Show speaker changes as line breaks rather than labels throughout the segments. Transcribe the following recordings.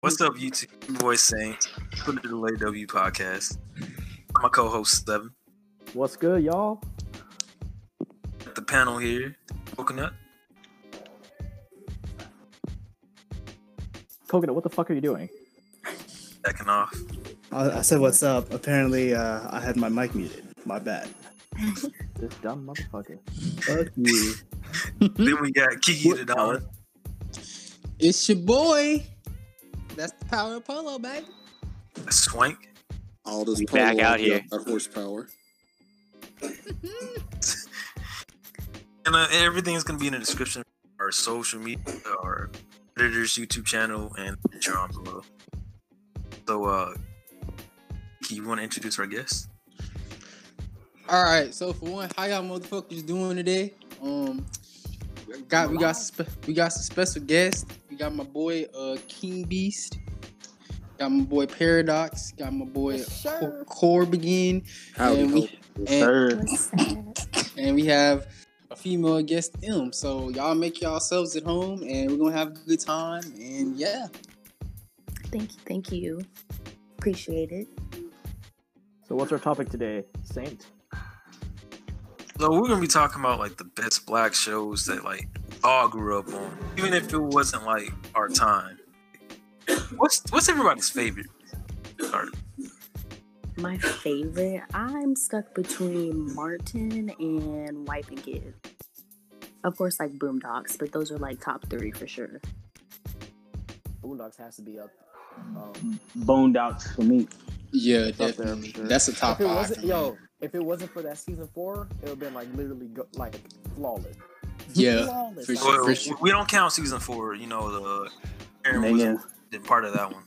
What's up, YouTube? Your boy Saint, put it to the Lay W podcast. I'm my co-host Seven.
What's good, y'all?
Got The panel here, Coconut.
Coconut, what the fuck are you doing?
Backing off.
I, I said, "What's up?" Apparently, uh, I had my mic muted. My bad.
This dumb motherfucker.
Fuck you.
then we got Kiki the Dollar.
It's your boy. That's the power of polo, baby.
Swank.
All this
We back out here.
That horsepower.
And, uh, and everything's gonna be in the description. Our social media, our editor's YouTube channel, and your arm below. So, uh, Kiki, you want to introduce our guest?
All right. So for one, how y'all motherfuckers doing today? Um, got we got spe- we got some special guests. We got my boy uh King Beast. Got my boy Paradox. Got my boy Cor- Corb again.
Howdy,
and we,
ho.
and,
What's that?
and we have a female guest M. So y'all make yourselves at home, and we're gonna have a good time. And yeah,
Thank you, thank you. Appreciate it.
So, what's our topic today, Saint?
So we're gonna be talking about like the best black shows that like all grew up on, even if it wasn't like our time. What's what's everybody's favorite? Or
My favorite, I'm stuck between Martin and Wipe and Give. Of course, like Boomdocs, but those are like top three for sure.
Boondocks has to be up.
Boondocks for me.
yeah,
there for
definitely.
sure.
That's a top
if it
five. for
wasn't,
me.
yo, if it wasn't for that season four, it would have been like literally go, like flawless.
yeah.
flawless.
for
like,
sure.
well, we don't count season four. You know the Aaron was
Nigga.
a part of that one.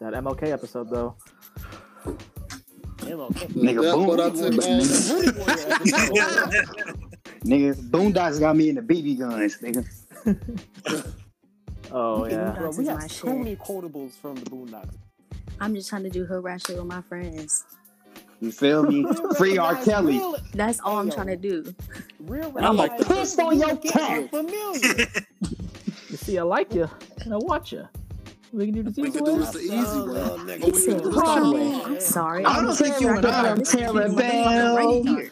That MLK episode, though.
Nigga,
That's
boom.
what I took, man.
Nigga, Boondocks got me in the BB guns, nigga.
Oh yeah.
Boondocks
Bro, we
is
got
my
so many
shit.
quotables from the Boondocks.
I'm just trying to do hood rat shit with my friends.
You feel me? Free R.
Recognize
Kelly.
Real,
That's all I'm
Ayo.
trying to do.
real
I'm like,
recognize
piss on your cat.
Familiar.
You see, I like you, and I watch you. We can do the
We
season
could do
one.
this the easy way.
He said, hardway. I'm sorry.
I don't
I'm
think you
sure
and I
got
are
the
Tara
fucking right
Bell.
here.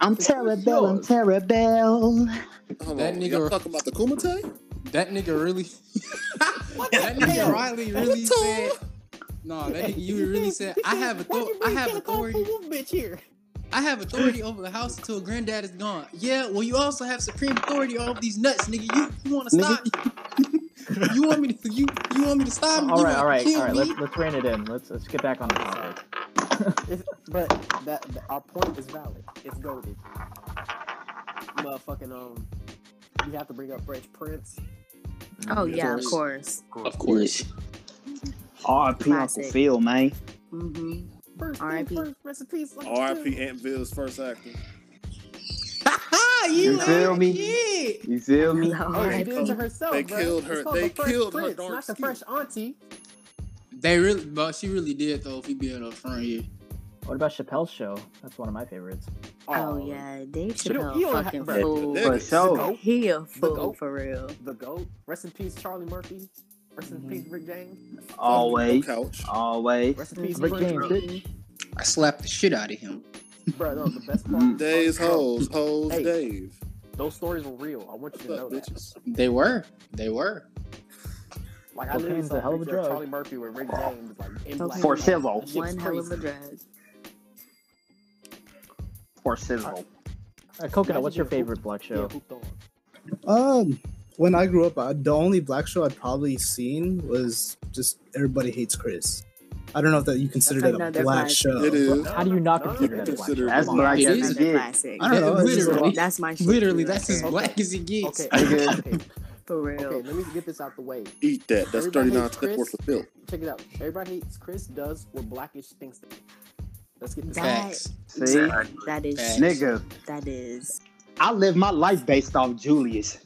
I'm Tara Bell. I'm Tara Bell.
Hold
That
on,
nigga-
Y'all talking about the Kumite?
That nigga really.
What
that
the
nigga
hell?
Riley really
Tool.
said. No, that nigga, you really said I have authority. I have authority.
bitch here.
I have authority over the house until granddad is gone. Yeah, well, you also have supreme authority over these nuts, nigga. You, you want to stop? you want me to? You you want me to stop? me?
All
You
right,
wanna
all right,
kill
all right.
me?
Let's let's rein it in. Let's let's get back on the topic.
It's, but that, that- our point is valid. It's goaded. Motherfucking um, you have to bring up Fresh Prince.
Oh yeah, of course.
Of course.
R.P. Uncle
Classic.
Phil, man.
hmm
First thing
R.I.P..
first, rest in peace. Uncle
R.I.P.
Phil.
Antville's first actor.
you
You feel
ain't
me?
shit.
You feel me?
Oh, she did it to
R.I.P.
herself.
They
bruh.
killed her-
It's called
they
the Fresh
killed her
Prince,
dark
Not the
skin.
fresh auntie.
They really, but she really did though. If we being up front here,
What about Chappelle's show? That's one of my favorites.
Oh yeah, Dave
She Um, don't- he
Chappelle
don't have-
fucking
bruh.
fool.
For sure.
Go.
He a fool
goat.
for real.
The goat. Rest in peace, Charlie Murphy. Rest in peace,
Mm-hmm.
Rick James.
Always. Um,
Couch.
Always.
Rest in peace,
Rick
Prince,
James,
bro.
I slapped the shit out of him.
Bro, no, the best
Mm.
part.
Days
Bro,
hoes, hoes
Hey.
Dave.
Those stories were real. I want you
What's
to know
up,
that.
bitches?
They were, they were.
Like I
Cocaine's
literally saw
a hell of a
picture of
drug.
Charlie Murphy with
Oh.
Rick James, like in black.
For
Like,
civil.
that shit's
Mm-hmm. One hell of
crazy.
a drug.
For sizzle.
Uh, Coconut, what's your favorite black
Yeah,
show?
hooped on.
Um, when I grew up, I, the only black show I'd probably seen was just Everybody Hates Chris. I don't know if that you consider that a
another
black
classic.
show.
It is.
How do you not
No, no,
consider
no,
that a black
consider
show?
it
That's
Come
what
on.
I
It
guess
is
you
a
Another
did.
classic.
I don't know. it's just
Literally.
like-
That's my shit.
Literally,
right
that's as
there.
Okay.
black as it gets.
Okay,
Nigga.
okay,
for real.
okay. Let me get this out the way.
Eat that. That's
Everybody
39
hates
cents worth of filth.
Check it out. Everybody hates Chris does what blackish thinks. They. Let's get this.
That-
out.
Facts.
See?
That is
Facts.
Nigga,
that is.
I live my life based off Julius.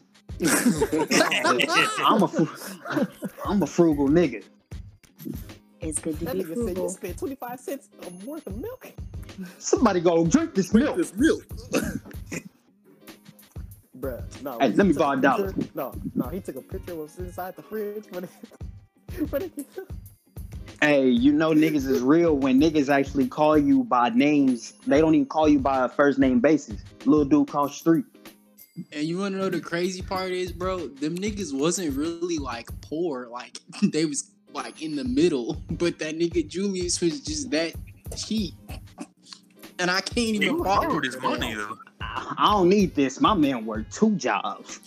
I'm a, fru- I'm a frugal nigga.
It's good to
That
be
nigga said you
frugal.
spent twenty five cents of worth of milk.
Somebody go drink this milk.
It's milk.
Bruh, no.
Hey,
he
let me
took
borrow a dollar.
picture- No, no, he took a picture of what's inside the fridge. When
Hey, you know niggas is real when niggas actually call you by names. They don't even call you by a first name basis. Little dude cross street.
And you wanna know the crazy part is, bro? Them niggas wasn't really like poor, like they was like in the middle. But that nigga Julius was just that cheap, and I can't
He
even follow
borrowed his money though.
I I don't need this. My man worked two jobs.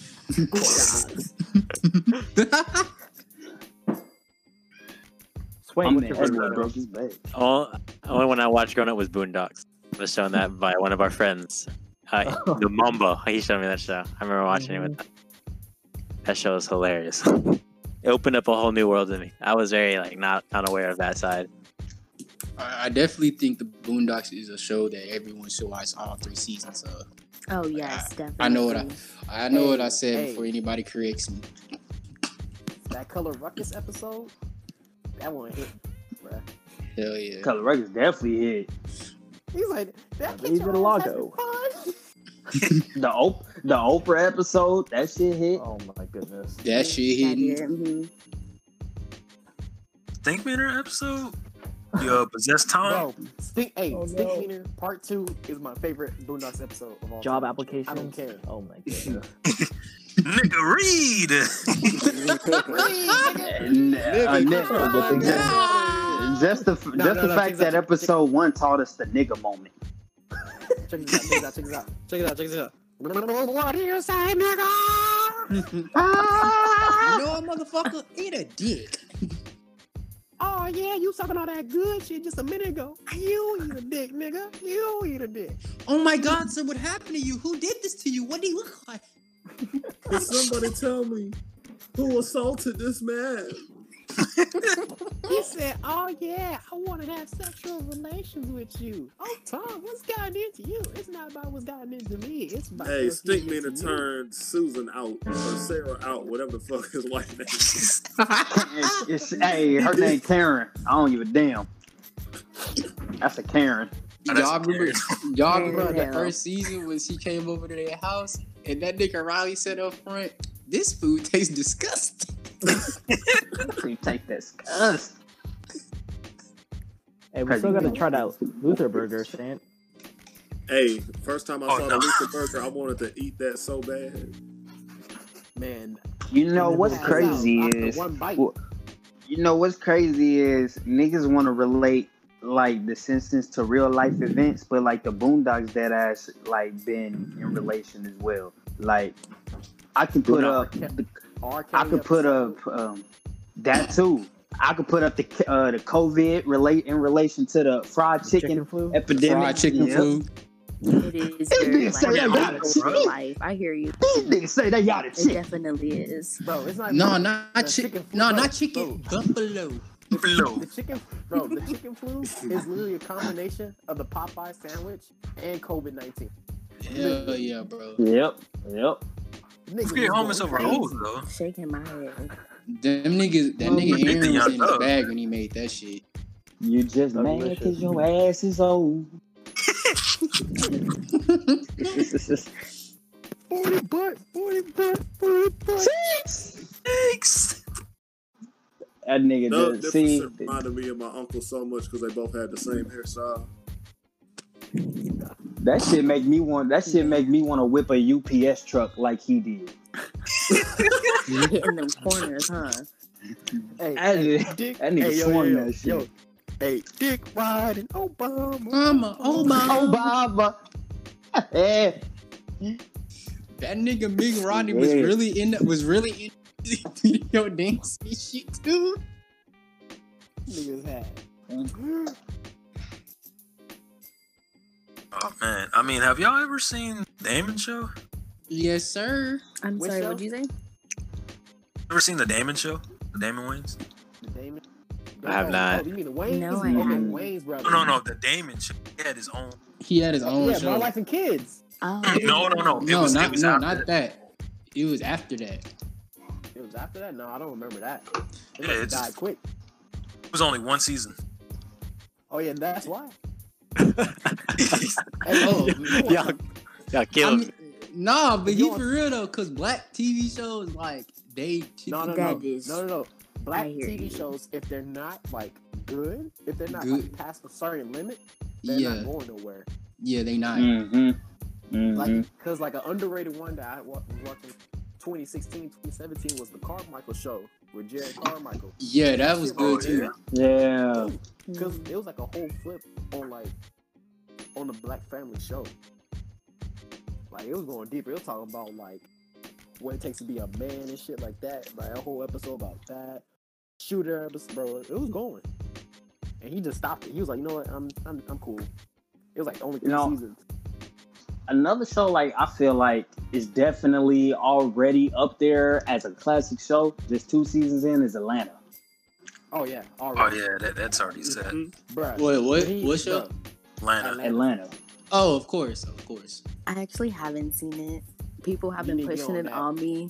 Swain,
I'm
what's your favorite
everywhere
anime?
broke his back.
All only one I watched growing up was Boondocks. I was shown that by one of our friends, uh, the Mumbo. He showed me that show. I remember watching it
Mm-hmm.
with him. That show was hilarious. it opened up a whole new world to me. I was very like not unaware of that side.
I I definitely think the Boondocks is a show that everyone should watch all three seasons of.
Oh yes, definitely.
I know what I- I know what I said
Hey, hey.
before anybody corrects me.
That Color Ruckus episode? That one hit, bruh.
Hell yeah.
Color Ruck is definitely it.
He's like, that
Leave
kid
it alone, though.
The Op- the Oprah episode, that shit hit.
Oh my goodness.
That shit hidden.
hmm
Think Manor episode? Yo, possessed time.
Bro, Stink, hey,
Oh,
Stink
no.
Cleaner Part 2 is my favorite Boondocks episode of all
Job
time.
application.
I don't care.
Oh my goodness.
Nigga, read.
And, uh,
Nigga,
uh,
come on,
just- Just the just
No, no,
the
no,
fact
check it out,
that
check it-
episode one taught us the nigga moment.
Check this out, check this out, check this out, check this out. Check this out. What do you say, nigga?
You know what, motherfucker? Eat a dick.
Oh yeah, you talking all that good shit just a minute ago. You eat a dick, nigga. You eat a dick.
Oh my god, so what happened to you? Who did this to you? What do you look like?
Can somebody tell me who assaulted this man?
He said, "Oh yeah, I want to have sexual relations with you." Oh Tom, what's gotten into you? It's not about what's gotten into me. It's about
Hey,
what's
Stink
gotten
Meter
into you.
turned Susan out or Sarah out, whatever the fuck his wife name is.
It's, it's, hey, her name Karen. I don't give a damn. That's a Karen.
Oh, that's
y'all remember, y'all remember the
Yeah.
first season when she came over to their house and that nigga Riley said up front, this food tastes disgusting.
You take this. Us.
Hey, we still gotta try that Luther burger, Shant.
Hey, first time I
Oh,
saw
no.
the Luther Burger, I wanted to eat that so bad.
Man,
You know what's
check this out.
crazy
After
is
one bite.
Well, you know what's crazy is niggas want to relate like the Simpsons to real life events, but like the Boondocks that has like been in relation as well. Like I can put up,
R.
I
Kelly
could put
episode.
up um, that too. I could put up the uh, the COVID relate in relation to the fried chicken,
Chicken flu.
epidemic.
Fried chicken
Yep.
flu.
It is
This
very
nigga say
like
that
real
about
it.
real life. I hear you.
These niggas say they got it.
It
Shit.
definitely is.
bro. It's not
No, not
The
chicken.
chicken flu-
No,
bro,
not chicken. Buffalo.
Below.
The chicken, bro. The chicken flu is literally a combination of the Popeye sandwich and COVID nineteen.
Hell yeah, bro.
Yep. Yep.
Let's get homeless over hoes though.
Shaking my head.
Them niggas, that nigga
Big
Aaron
thing
was
I
in the
love.
bag when he made that shit.
You just
So
mad
delicious.
because your ass is old.
Forty butt, forty butt, forty butt.
Thanks.
That nigga
No
just see.
difference reminded me of my uncle so much because they both had the same hairstyle.
That shit make me want. That shit make me want to whip a UPS truck like he did.
In them corners, huh?
Hey,
That,
hey,
that
dick.
nigga
hey, yo,
swung
yo, yo,
that shit.
yo. Hey, dick riding Obama.
Mama, oh my.
Obama. yeah.
That nigga Big Rodney was
Yeah.
really in. Was really in. Yo, dancing shit too.
Niggas had.
Oh man, I mean, have y'all ever seen the Damon Show?
Yes, sir.
I'm
Which
sorry.
show?
What'd you say?
Ever seen the Damon Show? The Damon Wayans?
The Damon.
I have
Oh,
not.
Oh, you mean the Wayne?
No, I
okay,
haven't.
Wayne's brother.
No, no, no. The Damon Show. He had his own.
He had his own
yeah,
show.
my wife and kids.
Oh,
No, no, no. It
no,
was,
not
it was
no,
after
not that. It was after that.
It was after that. No, I don't remember that.
Yeah,
It must have
it's-
died quick.
It was only one season.
Oh yeah, that's why.
Oh,
Y'all, y'all
I
killed.
mean, nah, but
You
he
know-
for real though, cause black TV shows like they.
No, no, no,
That is-
no, no, no. black
I hear
TV
you.
shows, if they're not like good, if they're not
Good.
like, past a certain limit, they're
Yeah,
not going nowhere.
yeah, they not.
Mm-hmm.
Like, because like an underrated one that I wa- was watching 2016, 2017 was the Carmichael show with Jared Carmichael.
Yeah, that was
Shit
good too.
Yeah.
Because it was like a whole flip on like on the Black Family show. Like it was going deeper. It was talking about like what it takes to be a man and shit like that. Like a whole episode about that. Shooter episode, bro. It was going, and he just stopped it. He was like, you know what? I'm I'm I'm cool. It was like only three
You know-
seasons.
Another show like I feel like is definitely already up there as a classic show. Just two seasons in is Atlanta.
Oh yeah, all
Oh
right,
yeah, Mm-hmm. that, that's already set.
Mm-hmm.
bruh.
Wait, what?
He-
What show?
bruh,
Atlanta.
Atlanta.
Oh, of course, of course.
I actually haven't seen it. People have
You
been
need to get
pushing
on
it
that.
on me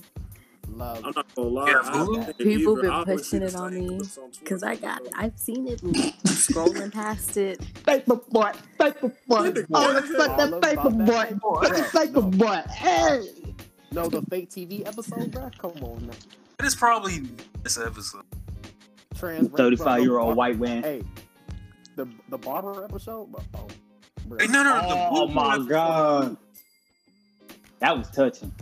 Love.
I'm not gonna lie.
Yeah,
I-
Hulu?
I-
Oh. People
even-
been
I always
pushing
see
it
the
on
same
me,
clips on Twitter.
because I got I've seen it scrolling past it.
Paper boy, paper boy.
Look at
Oh,
that.
it's like
All
the
about
paper
that
boy.
paper boy.
It's like the
No.
boy. Hey.
No, the fake TV episode, bruh. Come on, now.
It is probably this episode.
trans. bruh,
Thirty-five year old
bruh.
white man.
Hey, the the barber episode, but oh, bruh.
Hey, no, no, no, the
Oh
Blue
my
Boy-
god. That was touching.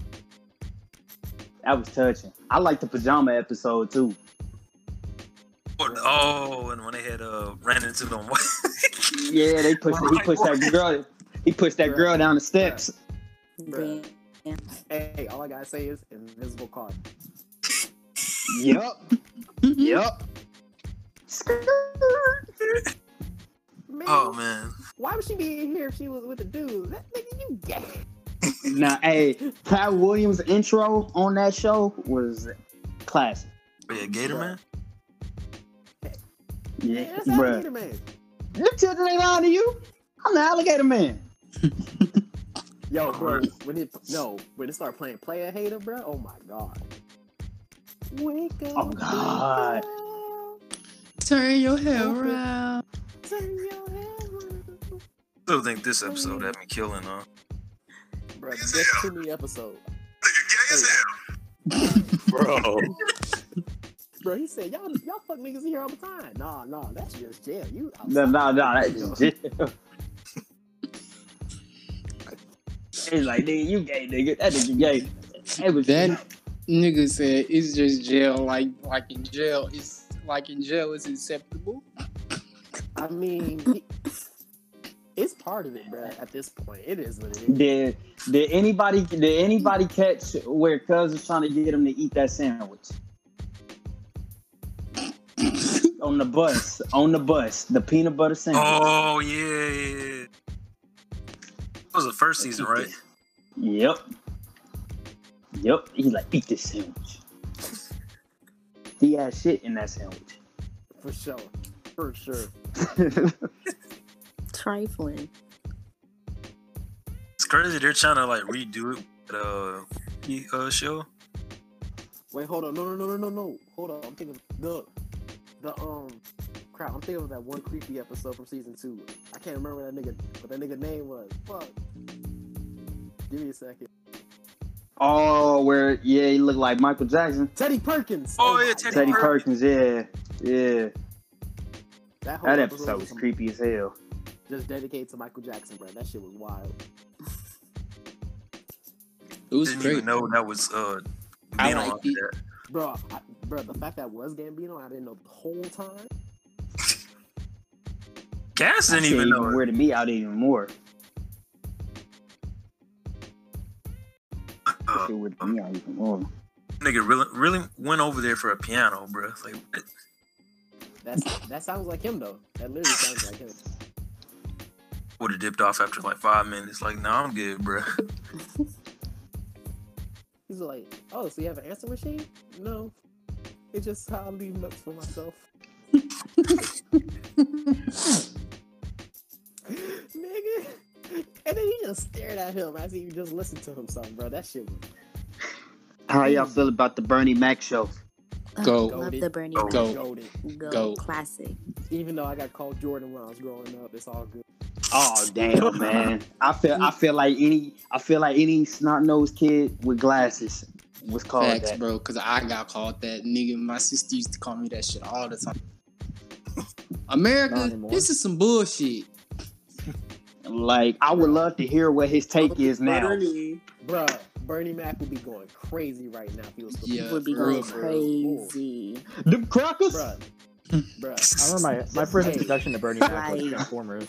That was touching. I like the pajama episode too.
Oh, and when they had uh ran into them.
Yeah, they pushed he pushed that girl he pushed that girl down the steps.
Bruh.
Damn.
Hey, all I gotta say is invisible car.
Yup.
Mm-hmm.
Yup.
Man,
oh man.
why would she be in here if she was with a dude? That nigga, you gay.
Now hey, Pat Williams intro on that show was classic.
Yeah, Gator Man.
Man,
Yeah.
that's
Bruh.
alligator man.
Them children ain't lying to you. I'm the alligator man. Oh,
Yo, bro, when it no, when it started playing player hater, bro. Oh my god. Wake up.
Oh, God.
girl.
Turn your head
Okay.
around.
Turn your head around.
Still think this episode had me killing huh?
Bro, that's too many episode.
Bro.
Bro, he said, y'all, y'all fuck niggas in here all the time. Nah, nah, that's just jail. You
No, no, no. That's
outside.
just It's like, nigga, you gay, nigga. That nigga gay. That was
That nigga said it's just jail. Like like in jail, it's like in jail is acceptable.
I mean, he- it's part of it, bro. At this point, it is what it is.
Did did anybody did anybody catch where Cuz was trying to get him to eat that sandwich? on the bus, on the bus, the peanut butter sandwich.
Oh yeah, yeah. yeah. That was the first season, right?
Yep. Yep. He's like, eat this sandwich. He had shit in that sandwich.
For sure. For sure.
Trifling.
It's crazy. They're trying to like redo it. But, uh, he- uh, show.
Wait, hold on. No, no, no, no, no, no. Hold on. I'm thinking of the, the, um, crap. I'm thinking of that one creepy episode from season two. I can't remember that nigga, what that nigga name was. Fuck. Give me a second.
oh, where yeah, he looked like Michael Jackson.
Teddy Perkins.
Oh,
my
yeah, Teddy
Teddy
God.
Perkins, yeah. Yeah.
That, whole
That episode was
some-
creepy as hell.
Just dedicated to Michael Jackson, bro. That shit was wild.
It was
Didn't
great.
even know that was uh.
I
Gambino
like
up
it.
there.
Bro, I, bro, the fact that was Gambino, I didn't know the whole time.
Cass didn't
Shit
even know. it.
weirded me out even more.
Uh,
Shit weirded me out even more.
nigga really, really went over there for a piano, bro. Like, what?
That's that sounds like him though. That literally sounds like him.
would have dipped off after like five minutes. Like, nah, I'm good, bro.
He's like, oh, so you have an answer machine? No, it's just how I leave notes for myself. Nigga, and then he just stared at him as he just listened to himself, bro. That shit was
How y'all feel about the Bernie Mac show?
Ugh,
Go.
Love the Bernie.
Go.
Mac.
Go.
goaded.
Go.
Go.
Classic.
Even though I got called Jordan when I was growing up, it's all good.
Oh damn, man! I feel I feel like any I feel like any snot nosed kid with glasses was called
Facts,
that.
bro. Cause I got called that nigga. My sister used to call me that shit all the time.
Not
America,
anymore.
this is some bullshit.
Like, I would love to hear what his take is now.
Bernie,
Bruh, Bernie Mac would be going crazy right now if he was still
Yeah,
would be
for real,
going
for real.
crazy.
Them crackers.
Bruh. Bruh,
I
I remember my, my first introduction to Bernie Mac was
Right.
Transformers.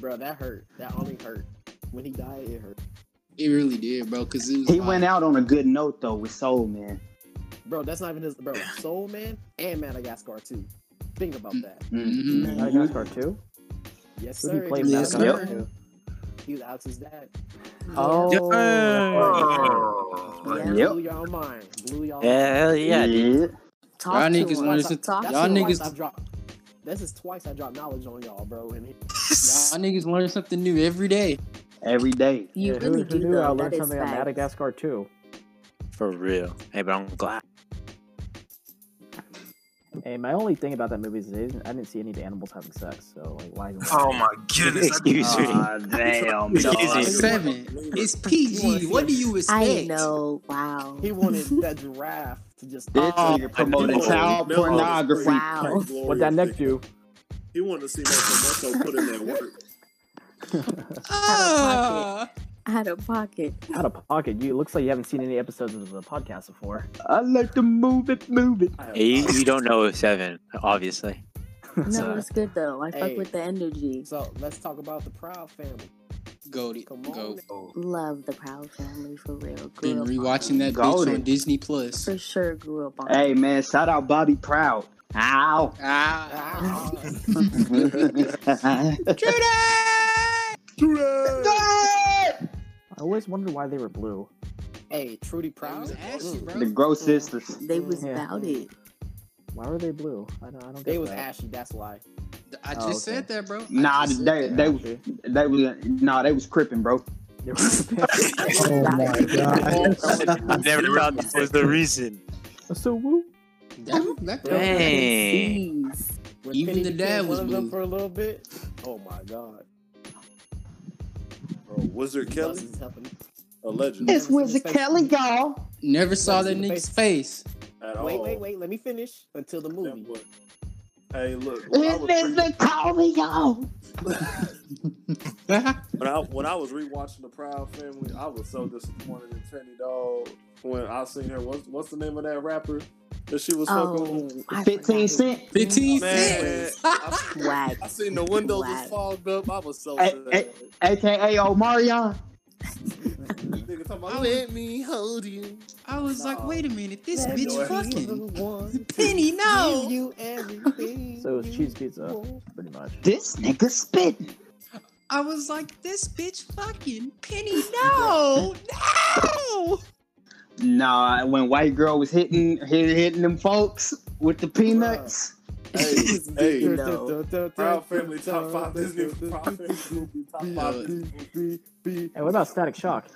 bruh, that hurt. That only hurt. When he died, it hurt.
It really did, bro. Cause it was
He
like-
went out on a good note though with Soul Man.
Bro, that's not even his. Bro, Soul Man and Madagascar too. Think about that.
Mm-hmm.
Mhm.
Madagascar 2?
Yes,
Who did
sir.
he play
was
Yes,
Madagascar
Alex's
sir.
2?
dad. He was Alex's dad.
Oh.
Yeah.
Oh,
Yeah.
like,
Yep.
Blew y'all mind. Blew y'all
Yeah, hell yeah. dude.
Talk
Y'all
to
niggas
him.
wanted to-
Talk
y'all
to
That's
him.
niggas-
twice I've dropped. This is twice I dropped knowledge on y'all, bro. And he-
Y'all niggas learn something new every day.
Every day.
You
Yeah, who-
really
who
do
knew I
though. That
learned
is
something on
facts.
Madagascar 2.
For real. Hey, but I'm glad.
Hey, my only thing about that movie is they didn't- I didn't see any of the animals having sex, so like, why? even-
oh my goodness. I-
Excuse me.
Aw, damn.
Excuse
dog.
me.
Seven. It's PG. What do you expect?
I know. Wow.
he wanted that giraffe to just.
This nigga promoting
Oh,
child
no.
pornography.
Wow.
What'd that neck do?
He wanted to see Michael Musso put in that work.
Ah.
Out of pocket.
Out of pocket. You it looks like you haven't seen any episodes of the podcast before.
I like to move it, move it.
You, you don't know seven, obviously.
No, it's good though. I fuck
Hey.
with the energy.
So let's talk about the Proud family.
Goaty.
Come
Go.
on.
oh,
Love the Proud Family for real. Grew
Been
up on
rewatching that bitch
Golden.
on Disney
it.
Plus.
For sure, grew up on. it.
Hey man, shout out Bobby Proud. Ow.
Ah.
Judy!
I always wondered why they were blue.
Hey, Trudy
That
Proud.
was ashy,
Mm.
bro.
The gross sisters.
They was
Yeah.
about it.
Why were they blue? I don't. I don't
They
get
was
that.
ashy. That's why.
I just
Oh, okay.
said that, bro. I
Nah,
just said that.
they they they was nah, they was cripping, bro.
They were-
Oh my god.
I never thought this was the reason.
so woo.
That- that-
Dang.
Jeez.
When
Even
Penny
the
became
dad was
one of them
blue.
for a little bit. Oh my god.
Bro, Wizard Kelly,
Buzzes happened.
a legend
It's Wizard Kelly,
y'all.
Never saw
Like,
that
in the
nigga's face.
at all.
Wait, wait, wait. Let me finish until the
That
movie.
boy- Hey, look. When I, was re-
Kelly, y'all.
when, I, when I was rewatching The Proud Family, I was so disappointed in Penny Dog when I seen her. What's, what's the name of that rapper that she was fucking
Oh,
with?
I
Fifteen
forgot.
cent.
15
Man,
cents.
I,
Whack.
I seen the windows
Whack.
was fogged up. I was so
Hey,
sad.
hey. AKA Omarion.
Nigga talking about, let me hold you.
I was like, wait a minute, this
Let
bitch
me
fucking.
One,
Penny,
give
no.
you everything.
So it was
you
cheese pizza,
want.
pretty much.
This nigga spitting.
I was like, this bitch fucking. Penny, no. No.
Nah, when white girl was hitting hit, hitting them folks with the peanuts.
Hey,
You
hey.
know.
Proud Family top five Disney Proud Family movie top five
Yeah.
Disney movie.
Hey, what about Static Shock?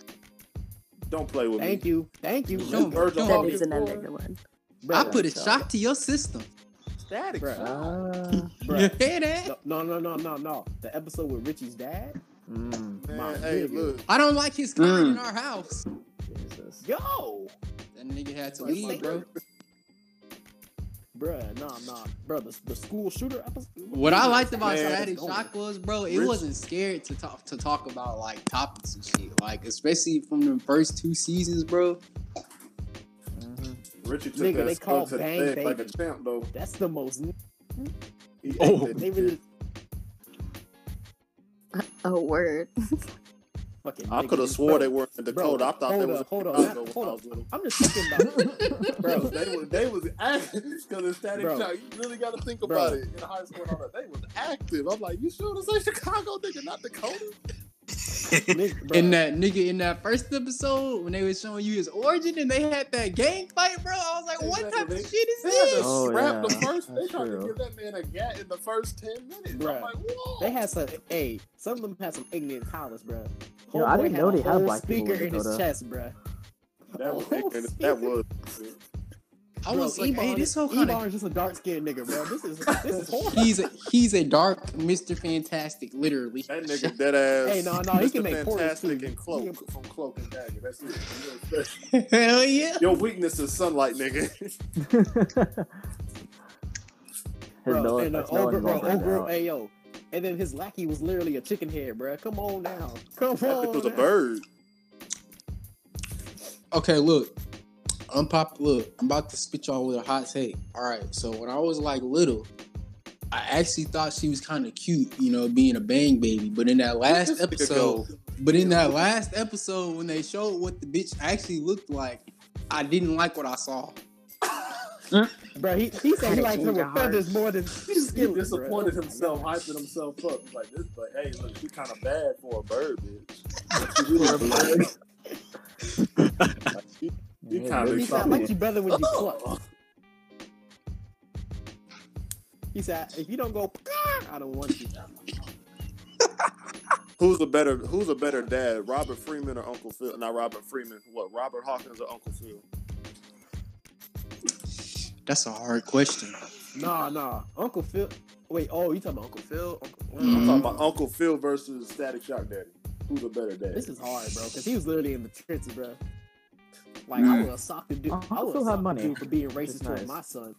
Don't play with
Thank
me.
you. Thank you.
Don't-
Bruh,
Virgil
That
Hawkins.
is another
boy.
good one.
I put a shock to your system.
Static.
Bruh.
Shock.
Uh,
You
bruh.
hear that?
No, no, no, no, no. The episode with Richie's dad.
mm,
Man,
My
hey,
nigga.
look.
I don't like his kind
Mm.
in our house.
Jesus.
Yo,
That nigga had to
Like,
leave,
like-
bro.
bruh, nah, nah, bruh. The, the school shooter episode.
What I liked about
Man.
Static Shock was, bro, it
Rich-
wasn't scared to talk to talk about like topics and shit. Like especially from the first two seasons, bro.
Richie took
Nigga, they
that skull
call
to the
Bang
neck like a
Bang.
champ, though.
That's the most.
He
Oh.
ate that
They
shit.
really
Oh word.
fucking.
I
nigga,
could have
you-
swore
bro.
they were in Dakota. I thought
hold
they was
up, hold
in
up,
Chicago
not-
when
hold
I
up.
was little.
I'm just thinking about,
Bro,
bro.
they was they was active because of Static
Bro.
Shock. You really got to think
Bro.
about it in high school and all that. They was active. I'm like, you sure this ain't Chicago, nigga, not Dakota?
nigga, bruh.
In that nigga in that first episode when they was showing you his origin and they had that gang fight, bro. I was like, what type of shit is
They had to
this?
Oh,
scrap the
yeah.
first. They
That's
tried to
true.
give that man a gat in the first ten minutes.
Bruh.
I'm like, whoa.
They had some, hey, some of them had some ignorant collars, bruh.
You know, I
Homeboy
didn't know
a
they had
whole
black people
speaker
in
in his
Dakota.
chest, bruh.
that was ignorant. that was.
I was like, hey, this whole kind
Ebar
of
is just a dark skinned nigga, bro. This is this is horrible.
he's a he's a dark Mr. Fantastic, literally.
That nigga dead ass.
Hey, no, no, he
Mr.
can make porridge,
Fantastic
too.
and
He
Cloak from Cloak and Dagger. That's it. You know,
Hell yeah.
Your weakness is sunlight, nigga.
bro,
no,
and uh,
that's no
ogre, bro,
involved right
ogre,
now.
ayo. And then his lackey was literally a chicken head, bro. Come on now, come
Epic
on.
was a
now.
bird.
Okay, look. Unpop look, I'm about to spit y'all with a hot take. Alright, so when I was like little, I actually thought she was kind of cute, you know, being a bang baby. But in that last
This nigga
episode, But in that last episode, when they showed what the bitch actually looked like, I didn't like what I saw.
Bro, he, he said he liked her
Your
with feathers more than
He
skin.
disappointed himself, hyping himself up. He's like, this, but hey, look, she kind of bad for a bird, bitch. You a bird. You
Yeah,
kind
baby.
He
of
said, I like you better when you pluck. He said, if you don't go, I don't want you.
Who's a better Who's a better dad, Robert Freeman or Uncle Phil? Not Robert Freeman. What? Robert Hawkins or Uncle Phil?
That's a hard question.
Nah, nah. Uncle Phil. Wait, oh, you talking about Uncle Phil? Uncle,
I'm talking about Uncle Phil versus Static Shock Daddy. Who's a better dad?
This is hard, bro, because he was literally in the trenches, bro. Like, I
Mm.
would have socked the dude.
I
I would
still have
have socked
money.
the dude for being
Which is
racist towards
nice.
my son.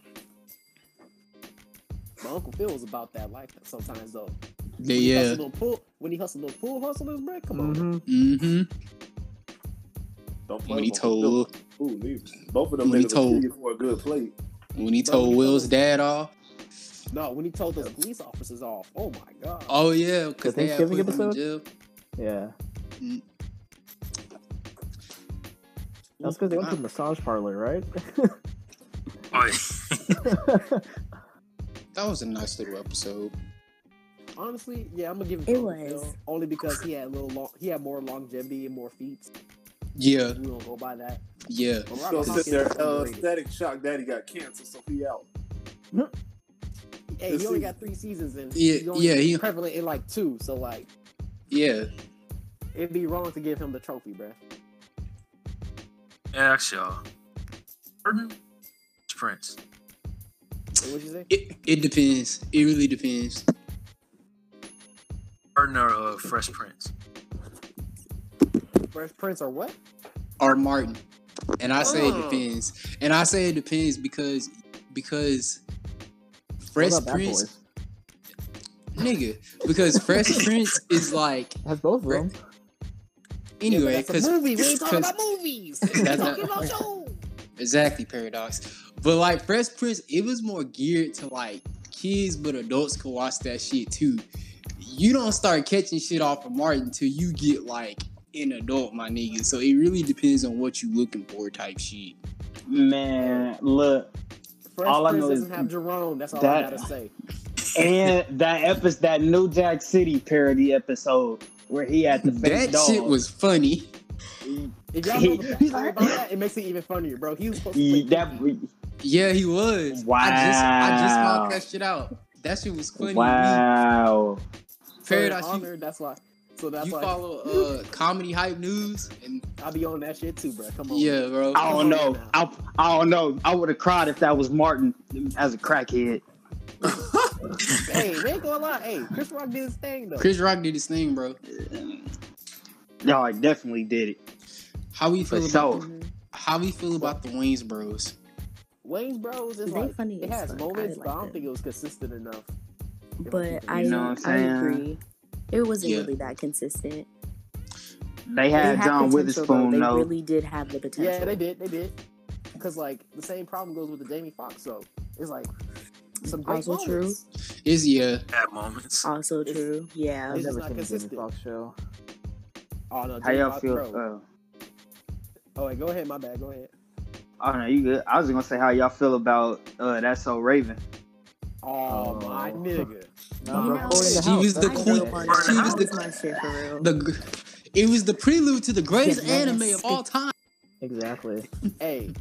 My Uncle Phil was about that life sometimes, though.
Yeah,
When he
yeah.
hustled on pool, when he hustled on pool hustlers, bro, come on.
Mhm.
Mm-hmm.
Don't play
When he
with Uncle
told
Phil. Ooh, neither. Both of them
when he
niggas
told-
told, for a good plate.
when he told Will's dad off.
No, when he told those police officers off. Oh, my God.
Oh yeah, because
The
they had put
Thanksgiving
him in
episode?
jail.
Yeah.
Mm.
That's because they went to the massage parlor, right?
Oh,
That was a nice little episode.
Honestly, yeah, I'm gonna give him
It
Uncle
was.
Phil, only because he had a little long, he had more longevity and more feats.
Yeah,
We don't go by that.
yeah.
Go
But Robert
sit
Hawkins
there.
is
Uh,
underrated.
Static Shock Daddy got cancer, so he out.
Hey,
this
he only
season.
got three seasons and
Yeah,
he's only
yeah, he-
prevalent in like two, so like
Yeah.
it'd be wrong to give him the trophy, bruh.
yeah, actually, uh, Jordan, Prince.
Hey, What'd you say?
It, it depends. It really depends.
Jordan or uh, Fresh Prince.
Fresh Prince or what?
or Martin. And I say it
Oh.
depends. And I say it depends because because Fresh
What about Bad
Prince,
Boys?
nigga, because Fresh Prince is like
Has both of them.
Yeah, but
anyway
that's
because
a movie. We ain't talking
'cause-
about movies.
That's
we
not-
talking about shows.
exactly paradox. But like Fresh Prince, it was more geared to like kids, but adults could watch that shit too. You don't start catching shit off of Martin till you get like an adult, my nigga. So it really depends on what you looking for, type shit.
Man, look,
Fresh
All I
Prince
know is
doesn't have Jerome. That's all I
that-
gotta say.
and that episode, that New Jack City parody episode where he had to face
That
dog.
shit was funny.
If y'all know
He-
the backstory
he's like-
about that, it makes it even funnier, bro. He was supposed to play
He- that
Yeah, he was. I just I just
Wow.
found that shit out. That shit was funny. to me.
wow.
Paradise, you-
honor. That's why. So that's
you
why
follow uh comedy hype news and
I'll be on that shit too, bro. Come on.
yeah, bro.
I don't
Come on
know.
now.
I, I don't know. I would have cried if that was Martin as a crackhead.
Hey, they ain't gonna lie. Hey, Chris Rock did his thing though.
Chris Rock did his thing, bro.
No, I definitely did it.
How we feel
For
about
sure.
Mm-hmm.
how we feel about the Wayne's Bros?
Wayne's Bros is
They
like
funny
it
as
has
fuck. I
moments,
like
but I don't
them.
think it was consistent enough.
But I,
You know what
I
I'm saying?
agree. It wasn't
Yeah.
really that consistent.
They
They
had
potential,
John
though.
Witherspoon,
They
though.
really did have the potential.
Yeah, they did. They did. Because like the same problem goes with the Jamie Foxx. So it's like some great
Also true.
moments.
Is yeah.
At moments.
Oh.
Also
It's-
true. Yeah.
I've
It's just
never
not
seen the Jamie
consistent.
Foxx show.
Oh no,
How
Jamie
y'all
Foxx,
feel?
bro.
Uh,
oh wait, go ahead. My bad. Go ahead.
oh no, you good? I was gonna say how y'all feel about uh, that's so Raven.
Oh,
Oh.
my nigga.
No,
You
bro,
know,
Four in
she
the house.
was the
that's
I
queen-
good.
grew up on
She
that.
was
the-
That my shit for real.
The gr- it was the prelude to the greatest
Yeah, man,
anime
it's-
of all time.
Exactly.
Hey,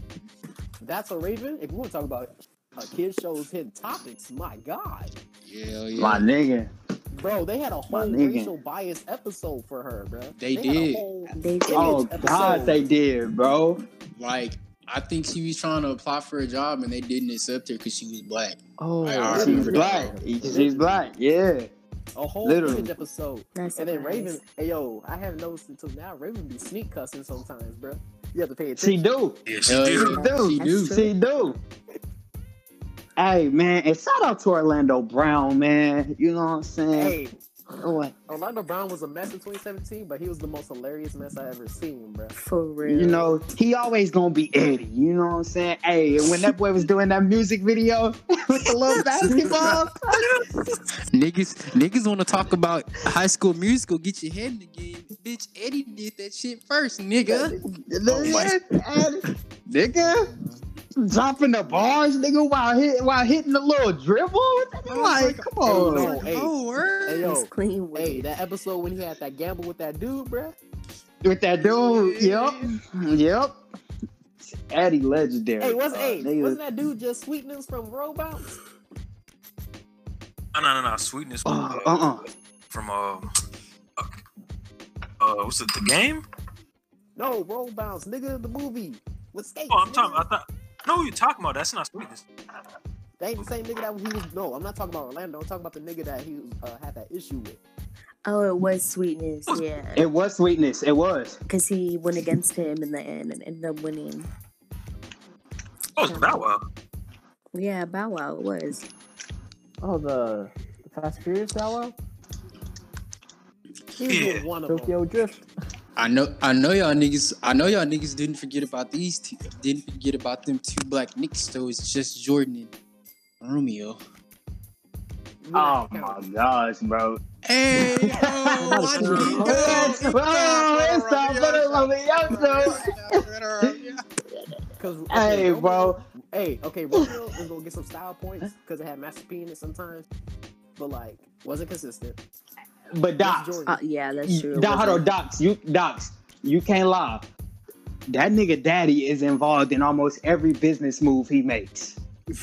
that's a Raven. If we want to talk about a kid shows hidden topics, my God,
Yeah,
My
yeah.
nigga.
bro, they had a whole
nigga.
racial bias episode for her, bro.
They
had a
did.
whole
they did.
Oh
episode.
God, they did, bro.
Like I think she was trying to apply for a job and they didn't accept her because she was black.
Oh,
I already
she's
remember
black.
that.
She's black. Yeah.
A whole
Literally.
Fringe episode.
Nice
and then
surprise.
Raven, hey, yo, I haven't noticed until now, Raven be sneak cussing sometimes, bro. You have to pay attention.
She do.
Yeah, she
Hell
did.
yeah.
do.
She do.
That's
She do. Hey man, and shout out to Orlando Brown, man. You know what I'm
Hey,
saying? What?
Orlando Brown was a mess in 2017, but he was the most hilarious mess I ever seen, bro.
For real.
You know, he always gonna be Eddie. You know what I'm saying? Hey, and when that boy was doing that music video with the little basketball,
Niggas, niggas want to talk about High School Musical. Get your head in the game, bitch. Eddie did that shit first, nigga.
nigga, Eddie, nigga, dropping the bars, nigga, while hit, while hitting the little dribble. Like, come on,
no, hey,
oh, word.
hey,
It's
yo,
clean with
hey, that episode when he had that gamble with that dude, bro.
with that dude. Yep, yep. Eddie legendary.
Hey, what's
uh,
hey,
nigga.
wasn't that dude just sweetness from Robots?
No, no, no, no. Sweetness from,
Uh,
uh,
uh-uh.
from um, fuck. uh, what's it? The game?
No, Robots, nigga, the movie with skates.
Oh, I'm
nigga.
talking. I thought. I know what you're talking about. That's not sweetness.
That ain't the same nigga that he was. No, I'm not talking about Orlando. I'm talking about the nigga that he uh, had that issue with.
Oh, it was sweetness, yeah.
It was sweetness. It was.
Because he went against him in the end and ended up winning.
Oh, it's Bow Wow.
Yeah, Bow Wow it was.
oh the, the Fast Furious Hour,
He was
Yeah.
with one of them.
Tokyo Drift.
I know, I know y'all niggas. I know y'all niggas didn't forget about these. Two, didn't forget about them two black niggas. Though it's just Jordan and Romeo.
Oh my gosh, bro.
Hey,
Oh,
oh,
it's the butter of the youngsters.
Cause, okay,
Hey,
Romeo-
bro.
Hey, okay, Romeo was gonna get some style points because it had Master P in it sometimes, but like wasn't consistent.
But
That's
Docs.
Uh, yeah, that's true. it
Doc, hold on,
wasn't-
Docs. You, Docs, you can't lie. That nigga daddy is involved in almost every business move he makes.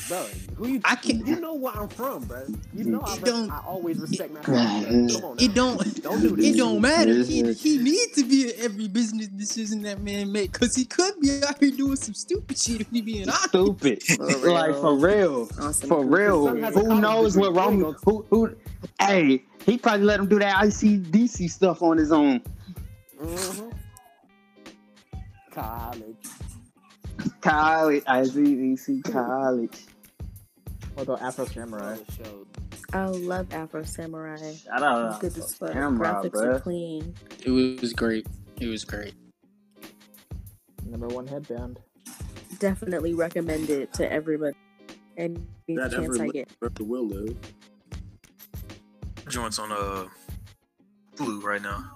bro. Who you?
I can't-
You know where I'm from, bro. You know I,
It don't-
I always respect Master P. bruh. Come on, now.
It don't.
Don't do this.
It don't matter. He he needs to be in every business decision that man make because he could be out here doing some stupid shit if he being honest.
Stupid.
For
like, for real.
Awesome.
For real.
His son has a
Who
college
knows
degree.
what
He ain't
Romeo.
gonna-
Who, who, hey, he probably let him do that ICDC stuff on his own.
Mhm. College.
College. ICDC college.
Or the Afro Samurai.
College shows.
I love Afro Samurai.
Shout out.
It's good as fuck.
Samurai,
Graphics
bruh.
are clean.
It was great. It was great.
Number one headband.
Definitely recommend it to everybody. Any
That
chance I
every-
get.
But the will live.
Joints on uh, Hulu right now.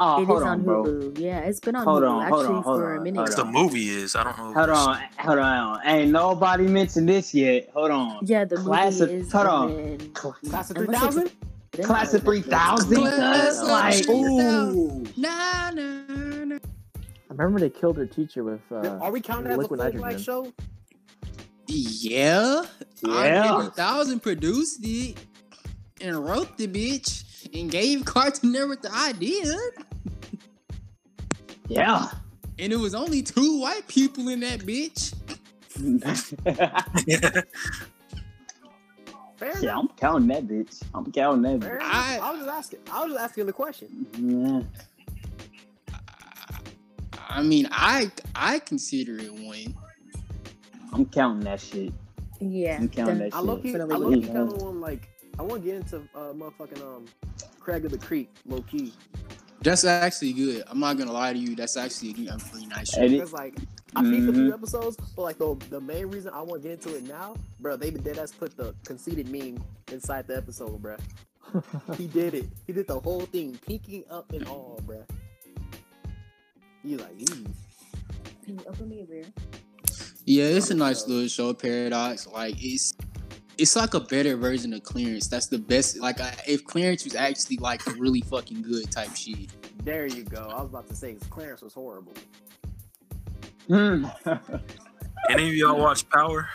Oh,
It is
hold on,
on
bro.
Hulu. Yeah, it's been on
Hold
Hulu
on, hold
actually
on, hold
for
on,
a minute.
hold
It's the
on.
movie is. I don't know.
Hold on, hold on. Ain't nobody mentioned this yet. Hold on.
Yeah, the
Class of-
movie is.
hold on.
in-
Class of
Unless it's-
3000?
it
Class
is
of 3000?
Netflix.
Like, ooh.
Nah, nah, nah.
I remember they killed their teacher with. Uh,
Are we counting as a full
Liquid
black
nitrogen.
show?
Yeah.
Yeah.
Thousand produced it and wrote the bitch and gave Cartoon Network the idea.
Yeah.
And it was only two white people in that bitch.
Yeah.
Fair
yeah,
enough.
I'm counting that bitch. I'm counting
Fair
that
enough.
I-
I, was just asking. I was just asking the question.
bitch.
I mean, I I consider it one.
Yeah, I'm counting that shit.
Yeah.
I'm counting that
def-
I low key, I
Definitely
low key
would.
kind of want like I want to get into uh, motherfucking um Craig of the Creek, low key.
That's actually good. I'm not gonna lie to you. That's actually a pretty nice show.
And it,
Cause like I peeped a few
Mhm.
episodes, but like the the main reason I want to get into it now, bro, they dead ass put the conceited meme inside the episode, bro. he did it. He did the whole thing, pinky up and all, bro. You like, "Ew."
Can you open me a beer?
Yeah, it's a nice little show, Paradox. Like it's it's like a better version of Clearance. That's the best. Like I, if Clearance was actually like really fucking good type shit.
there you go. I was about to say Clarence was horrible.
Mm.
Any of y'all watch Power?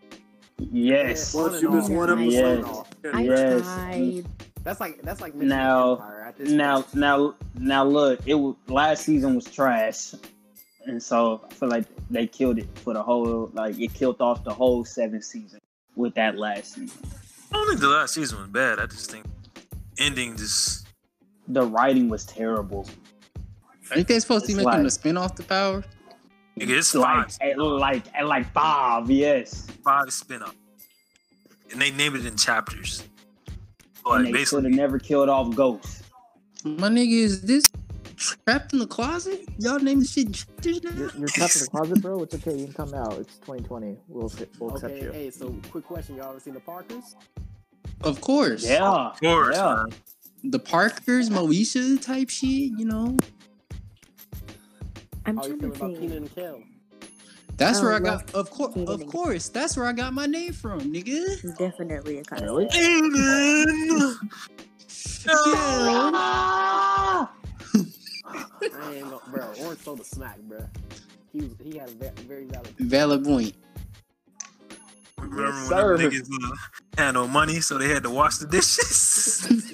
yes.
Yeah.
Once you miss one
Nice.
episode,
Yes.
I
Yes.
tried.
That's like that's like
Now-
Empire at this
Now,
point.
now, now, look. It was, last season was trash. and so I feel like they killed it for the whole like it killed off the whole seven season with that last season.
I don't think the last season was bad. I just think ending just
The writing was terrible.
Ain't they supposed to
It's
be making
like-
a spin off the power?
it's
like at, like at like five, yes.
five spin off. And they named it in chapters.
And
Like
they
basically
should have never killed off Ghost.
My nigga, is this trapped in the closet? Y'all name this shit chapters now?
You're, you're trapped in the closet, bro. It's okay. You can come out. It's 2020. We'll, ac- we'll accept
Okay,
you.
hey, so quick question. Y'all ever seen the Parkers?
Of course.
Yeah.
Of course,
yeah.
man.
The Parkers, Moesha type shit, you know?
I'm
How you
trying
feel
to
about Keenan
think.
and Kel?
That's
Oh,
where I
yeah.
got of course of course, that's where I got my name from, nigga.
Definitely a concept.
Really?
Aiden!
Yeah.
I ain't gonna, bro. Orange sold the smack, bro. He was, he had a ve- very valid.
Valid point.
Remember
Yes,
when
sir.
them niggas uh, had no money, so they had to wash the dishes?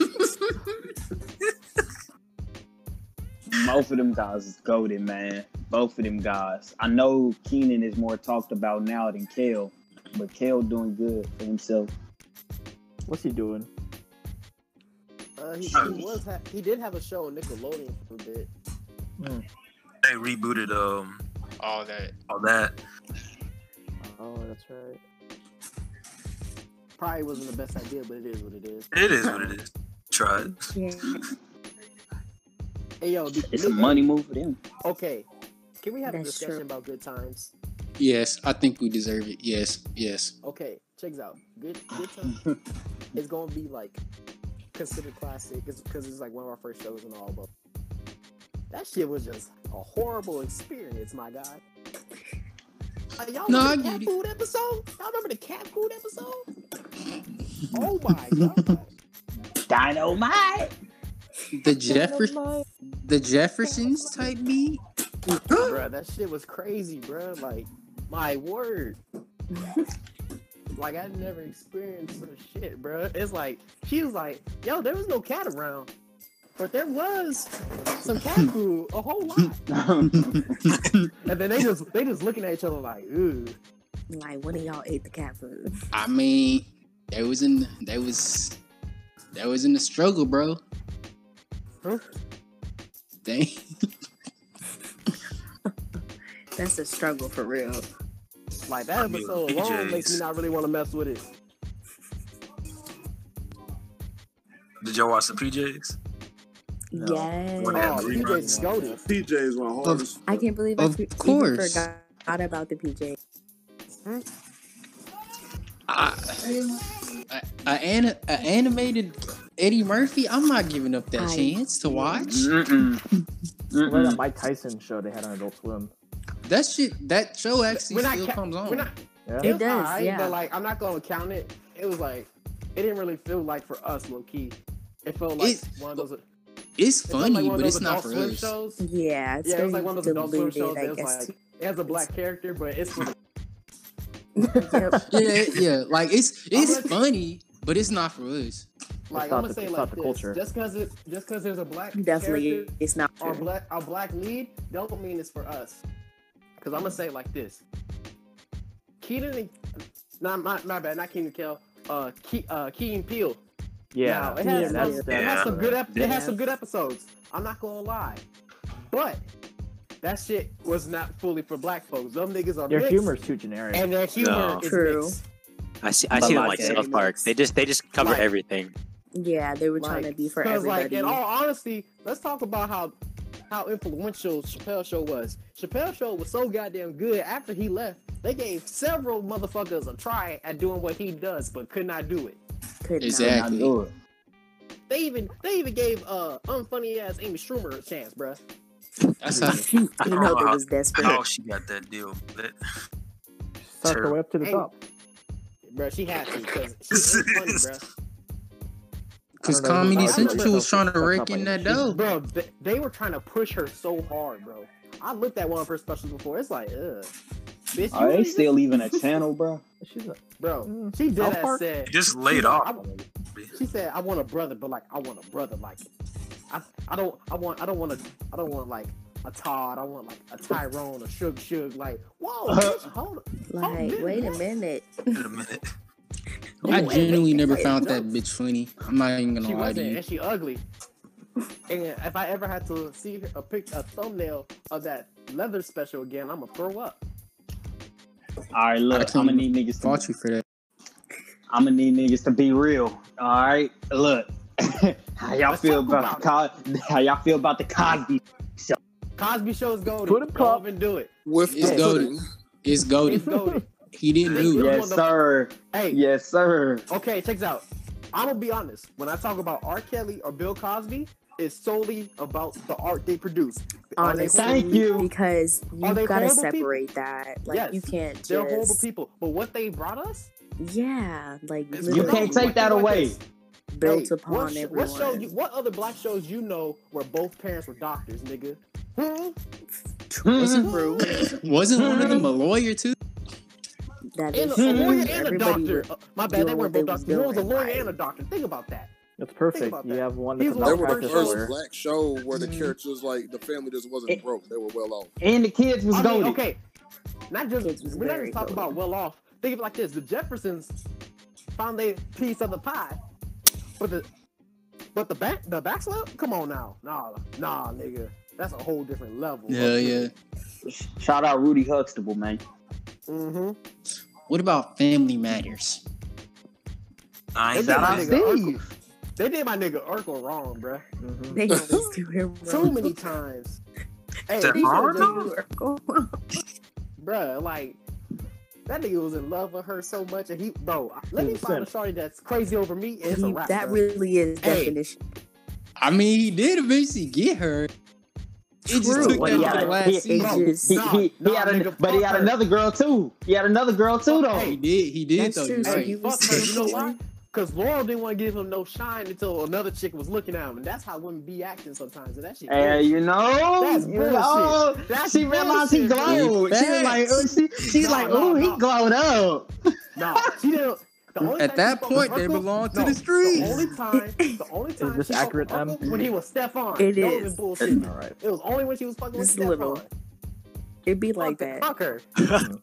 Both of them guys is golden, man. Both of them guys. I know Keenan is more talked about now than Kale, but Kale doing good for himself.
What's he doing?
Uh, he, he was ha- he did have a show on Nickelodeon for a bit.
they rebooted um
All that.
all that.
Oh, that's right.
Probably wasn't the best idea, but it is what it is.
It is what it is. Try it.
Hey yo, do-
It's a
Nick-
money move for them.
Okay, can we have a
That's
discussion
true.
about good times?
Yes, I think we deserve it. Yes, yes.
Okay, check this out. Good good times. it's gonna be like considered classic because it's like one of our first shows and all, but that shit was just a horrible experience, my guy. Uh, y'all
No,
remember the
I
cat
get it.
food episode? Y'all remember the cat food episode? Oh my god.
Dynamite.
The Jeffer- the Jeffersons type beat?
bruh, that shit was crazy, bruh. Like, my word. like, I never experienced such shit, bruh. It's like, she was like, yo, there was no cat around. But there was some cat food, a whole lot. And then they just they just looking at each other like, ooh.
Like, what do y'all ate the cat food?
I mean, that was in that was that was in the struggle, bro.
Huh?
Dang.
That's a struggle for real.
Like that
I mean,
episode alone makes me
PJs.
not really want to mess with it.
Did y'all watch the PJs?
Yes.
When they
Oh,
had the
you
rerun?
just goaded.
PJs went hard. as-
I can't believe
Of
I f- even
course.
forgot about the PJ.
I, I, I, an, I animated Eddie Murphy. I'm not giving up that
I-
chance to watch.
Mm-mm.
What about
Mm-mm.
that Mike Tyson show they had on Adult Swim?
That shit, that show actually
We're not
still
ca-
comes on.
We're not
Yeah.
it was
does,
alright,
yeah.
but like I'm not gonna count it. It was like it didn't really feel like for us, low key. It felt like
It-
one of those it
it's
felt like
funny,
one of
but
those
it's not
Adult
for
Swim
us.
shows.
Yeah, it's
Yeah, it
very
was like one of those Adult Swim
diluted,
shows.
I
It was
guess.
like it has a black character, but it's for the-
Yeah,
Yep.
yeah. Like it's it's
gonna-
funny, but it's not for us.
like
not
I'm gonna
the-
say
it's
like
not the
this.
culture.
Just because it just because there's a black
Definitely,
character
it's not
or
true.
black a black lead don't mean it's for us. Because I'm gonna say it like this. Keenan, and- not my, my bad, not Keenan Kell. Uh, Ke- uh, Keen Peel.
Yeah.
Now, it has,
Yeah,
some,
that's-
it has
that's-
some good ep- it
Yeah.
has some good episodes. I'm not gonna lie, but that shit was not fully for black folks. Them niggas are
Their
mixed,
humor's too generic.
and their humor
No.
is
True.
mixed.
I see. I
But
see them
like
like
that,
South
it
Park. They just they just cover
Like-
everything.
yeah, they were trying
Like,
to be for
'cause, like
everybody.
in all honesty, let's talk about how how influential Chappelle Show was. Chappelle Show was so goddamn good. After he left, they gave several motherfuckers a try at doing what he does, but could not do it.
Could not.
Exactly.
Not good.
They even they even gave uh unfunny ass Amy Schumer a chance, bruh.
That's how.
You know they was desperate.
How Oh, she got that deal? That
Suck her
terrible.
way up to the
Hey,
top.
Bruh, she had to because she's funny, bruh.
Because
I don't know,
Comedy
I remember
Central was
those-
trying to
that's
rake
not
in
my
that dough.
Bro, th- they were trying to push her so hard, bro. I looked at one of her specials before. It's like, ugh. Bitch, you
Are they
really
still even a channel, bro?
She's a,
just- bro,
Mm.
she did
South
ass
Park?
said.
just laid off.
She said, "I want a brother, but like, I want a brother like it. I, I don't, I want, I don't want to, I don't want like a Todd. I want like a Tyrone, a Shug Shug. Like, whoa, bitch, hold up.
Like, wait a minute.
Wait a minute.
I genuinely never found that bitch funny. I'm not even gonna
She
lie to
wasn't,
you.
and she ugly. And if I ever had to see her- a pic, a thumbnail of that leather special again, I'm gonna throw up.
All right, look, I'm gonna need niggas. Fought
you for that.
I'm gonna need niggas to be real. All right, look, how y'all feel about, the Co- how y'all feel about the Cosby Show?
Cosby Show's golden. Put a Go up and do it.
With it's
the
goaded. It's
It's
goaded.
goated.
He didn't do it.
Yes, sir.
Hey.
Yes, sir.
Okay, check this out. I'm gonna be honest. When I talk about R. Kelly or Bill Cosby, it's solely about the art they produce. Are they
Honestly,
horrible-
because
Are they
you gotta
horrible people?
separate that. Like,
Yes,
you can't just.
They're horrible people, but what they brought us,
Yeah, like
It's
You
literally
can't take that away.
built
hey,
upon
what, sh-
everyone.
what show? You, what other black shows you know where both parents were doctors, nigga? Hmm? Mm-hmm.
Wasn't, wasn't one of them a lawyer too?
That
And
is
a, a lawyer and a
Mm, Everybody
doctor.
were
Uh, my bad, they
doing
weren't
what
both
they was
doctors. One was a
doing,
lawyer
like-
and a doctor. Think about that.
That's
Think
perfect.
about
You
that.
have one
He's
that's
one
about
of
They were the
the
practice
first
lawyer.
black show where the characters like the family just wasn't broke; they were well off.
And the kids was
I
goaded.
mean, okay, not just
Kids was
we're not
very
just talking about
goated.
well off. Think of it like this: the Jeffersons found their piece of the pie, but the but the back the backslap. Come on now, nah, nah, nigga, that's a whole different level.
Yeah, yeah.
Shout out Rudy Huxtable, man.
Mm-hmm.
What about Family Matters?
I ain't
Shout
gonna
out
lie.
Steve. Urkel. They did my nigga Urkel wrong, bruh.
They always do it wrong.
So many times. Hey,
that
he should've
wrong,
just-
though?
bruh, like that nigga was in love with her so much, and he, bro, let me
He's a
find a shorty that's crazy over me. And it's a
He-
rap,
that
bruh.
really is
Hey.
definition.
I mean, he did eventually get her. It just
True.
took
Well,
that
yeah,
to the
it-
last
it
season.
just-
He,
Nah,
he, he
nah,
had a,
nigga,
but he
fuck
had
her.
another girl too. He had another girl too though.
He did. He did
That's
though.
true,
You're
so
right.
he was
fuck her. You know why?
Seriously?
Because Laurel didn't want to give him no shine until another chick was looking at him, and that's how women be acting sometimes. And that shit.
And you know,
That's
you
bullshit.
know,
That's
she realized he
bullshit, man.
glowed. She was like, oh, she, she's
Nah,
like,
nah,
oh, he
nah.
glowed up.
no, she didn't. The only
At
time
that
she fucked
point,
with
they
Urkel-
belong to
no,
the streets.
The only time, the only time
this
she fucked
accurate,
with
um?
Urkel when he was Stefan.
It
That
is.
wasn't bullshit.
Mm-hmm. All right.
It was only when she was fucking
This
with
little
Stefan.
It'd be like
Fuck it,
that.
Fuck her.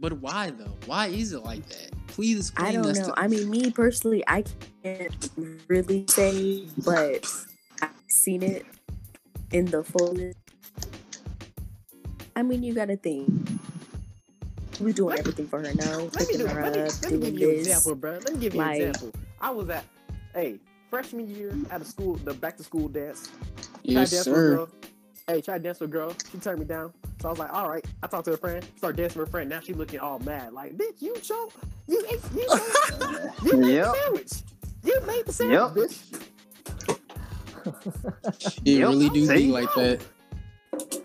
But why though? Why is it like that? Please explain
I don't
this
know.
to
I mean, me personally, I can't really say, but I've seen it in the fullness. I mean, you gotta think. We're doing everything for her now,
Let me,
picking
do,
her
let, me,
up,
let me
doing
give you an
this.
example, bro. Let me give you
like-
an example. I was at, hey, freshman year at a school, the back to school dance.
Yes,
tried to dance
sir.
With a girl. Hey, tried to dance with a girl. She turned me down. So I was like, all right. I talked to her friend. Start dancing with her friend. Now she looking all mad. Like, bitch, you choke. You ate. You, choked. you made
Yep.
the sandwich. You made the sandwich,
Yep.
bitch.
It
Yep.
really do
See?
be like that.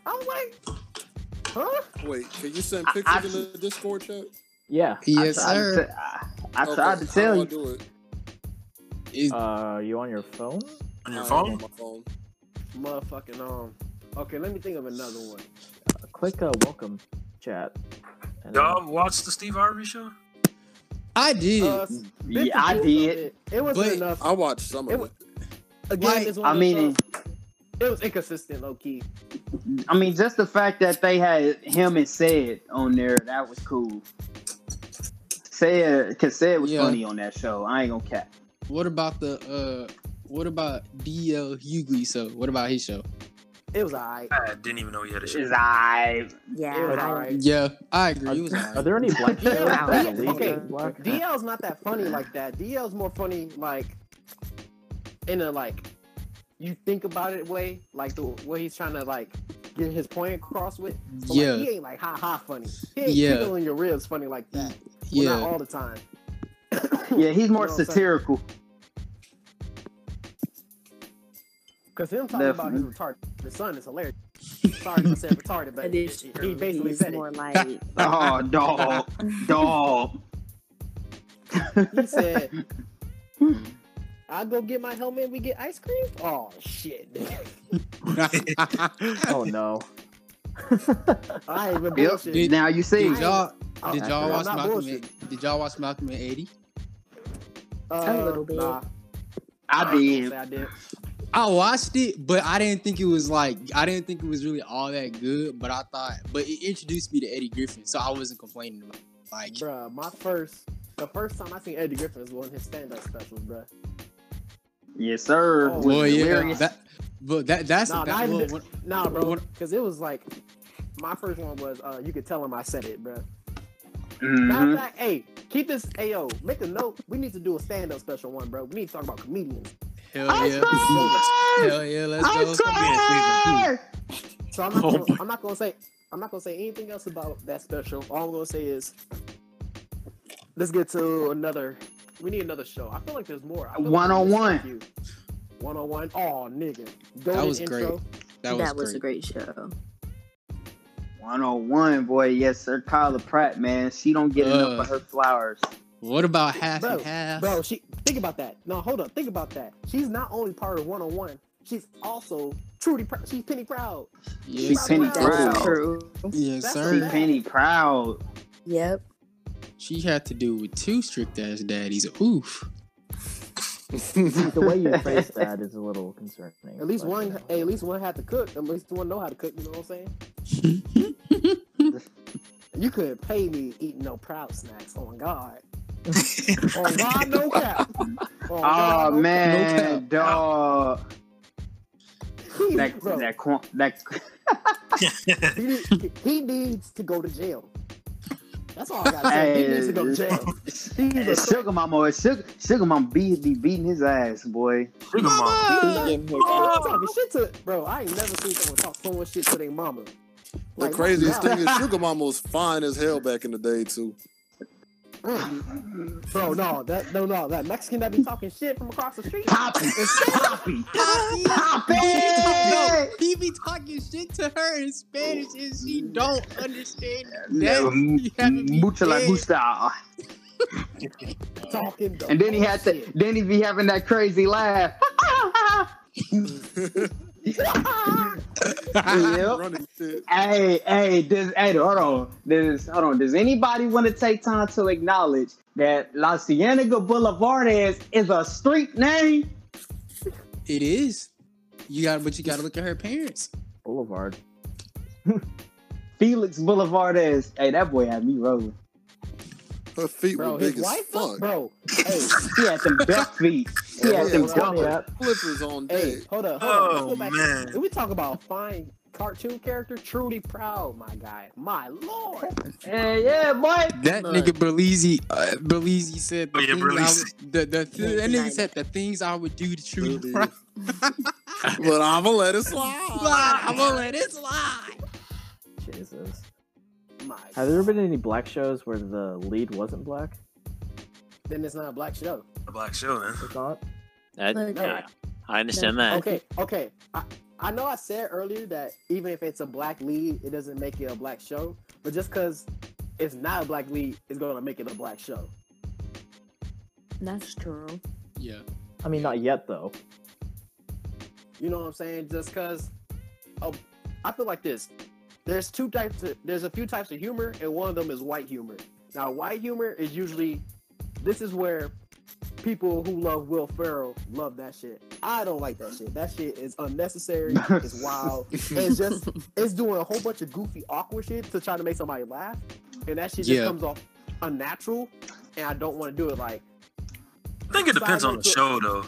I'm like, huh?
Wait, can you send
I-
pictures
I-
in the Discord chat?
Yeah.
Yes,
I tried to
sir.
t- I, I tried to
how
tell
do I
you.
do it?
It-
Uh, you on your phone?
On
I
your
am
phone?
on my phone.
Motherfucking um. Okay, let me think of another one.
Click uh, welcome chat. And then-
Y'all watch the Steve Harvey show?
I did.
Uh, bits
Yeah, I
and pieces of
did.
It, it wasn't
But-
enough.
I watched some of
It
it.
wa- Again,
like,
it's one
I
of
mean,
those- it was inconsistent, low key.
I mean, just the fact that they had him and Said on there, that was cool. Said, cause Said was
Yeah.
funny on that show. I ain't gonna cap.
what about the uh? What about DL Hughley? So what about his show?
It was alright.
I didn't even know he had a show.
Is I
Yeah,
It was
I-
alright.
Yeah, I agree.
Are,
It was
uh, are
alright.
there any black shows
Yeah,
that
okay.
are legally black?
DL's not that funny like that. DL's more funny like in a like you think about it way, like the what he's trying to like get his point across with. But,
Yeah.
like, he ain't like ha ha funny. He ain't
Yeah.
tickling your ribs funny like that. Well,
yeah,
not all the time.
Yeah,
You
he's more
know what I'm saying?
satirical.
Cause him talking about his retarded the son is hilarious. Sorry to say retarded, but
It is true.
he basically
He's
said
more
it.
like
Oh, dog, dog.
He said, "I go get my helmet. and We get ice cream. Oh shit!
Oh no.
I ain't even
Yep.
bullshit.
Now you see.
did y'all
Oh,
did y'all
I'm
watch
not
Malcolm?
bullshitting.
in- Did y'all watch Malcolm in eighty?
Uh,
A little bit.
Nah,
I
ain't
did.
gonna say I did.
I watched it, but I didn't think it was like I didn't think it was really all that good. But I thought, but it introduced me to Eddie Griffin, so I wasn't complaining. About it. Like,
bruh, my first, the first time I seen Eddie Griffin was one of his stand-up specials, bruh.
Yes, sir.
Oh,
well, yeah,
hilarious.
that, but that that's
nah,
that,
not
well,
even-
when-
nah, bro,
when-
because it was like my first one was uh, you could tell him I said it, bruh. Matter
Mhm.
of fact, hey, keep this, ayo, make a note. We need to do a stand-up special one, bro. We need to talk about comedians.
hell yeah, hell yeah, let's go. Let's go.
So I'm not,
Oh
gonna, I'm not gonna say, I'm not gonna say anything else about that special. All I'm gonna say is, let's get to another. We need another show. I feel like there's more. I feel like we need to
One-on-one.
start you. One-on-one. Oh, nigga, Golden
was great.
intro.
That was,
a
great.
great show.
101, boy. Yes, sir. Kyla Pratt, man. She don't
Uh,
get enough of her flowers.
What about half
bro,
and half?
bro. She think about that. No, hold up. Think about that. She's not only part of one on one. She's also Trudy. Pr- she's Penny Proud.
yes,
She
sir.
Penny
That's
Proud.
true.
Yes,
That's
sir.
a-
Penny Proud.
Yep.
She had to do with two strict ass daddies. Oof.
the way you phrase that is a little concerning.
At least
but,
one.
you know.
Hey, at least one had to cook. At least one know how to cook. You know what I'm saying? you couldn't pay me eating no Proud snacks. Oh my god. on God, no cap. On
Oh,
God, no
man, dog.
cap.
That
Bro,
that quan- that
he, need- he needs to go to jail. That's all I got. to say. He needs to go to jail.
Hey, sugar mama, or sugar, sugar mama be, be beating his ass, boy.
Sugar mama.
He in his
Oh, talking shit to bro. I ain't never seen someone talk so much shit to their mama.
The
Like,
craziest
nah.
thing is Sugar Mama was fine as hell back in the day too.
Mm. bro, no, that no, no, that Mexican that be talking shit from across the street.
Poppy, poppy, poppy.
No, he be talking shit to her in Spanish and she don't understand
No,
that. You haven't been
Mucha la
dead.
gusta.
Talking the
And then he had
worst
to,
shit.
then he be having that crazy laugh. Yep.
Running shit.
Hey, hey, does hey, hold on. Does hold on. Does anybody want to take time to acknowledge that La Cienega Boulevard is is a street name?
It is. You got but you gotta look at her parents.
Boulevard.
Felix Boulevard is. Hey, that boy had me rolling.
Her feet
Bro,
were
his
big as
wife,
fuck.
bro. Hey,
He had them duck feet. He had them
Yeah.
duck.
Yep.
Flippers on
hey,
deck.
hold up, hold up. Let's
Oh
go back.
man.
Did we talk about fine cartoon character Trudy Proud, my guy, my lord.
Yeah, yeah, boy.
That
Man.
nigga Berlizzi, uh, Berlizzi said the
Oh, yeah,
things I
Berlizzi.
would- the, the, th- that nigga
Nice.
said the things I would do to treat
Berlizzi.
her.
But I'ma let it slide.
I'm gonna let it slide.
Jesus.
My
Have there been any black shows where the lead wasn't black?
then it's not a black show.
A black show, man.
It's not.
That-
Look.
yeah, I understand that.
Okay, okay. I, I know I said earlier that even if it's a black lead, it doesn't make it a black show. But just because it's not a black lead, it's gonna make it a black show.
That's true.
Yeah.
I mean, not yet though.
You know what I'm saying? Just because, oh, I feel like this. There's two types. Of, there's a few types of humor, and one of them is white humor. Now, white humor is usually this is where people who love Will Ferrell love that shit. I don't like that shit. That shit is unnecessary. it's wild. and it's just it's doing a whole bunch of goofy, awkward shit to try to make somebody laugh, and that shit just
Yeah.
comes off unnatural. And I don't want to do it. Like
I think it depends on the show though.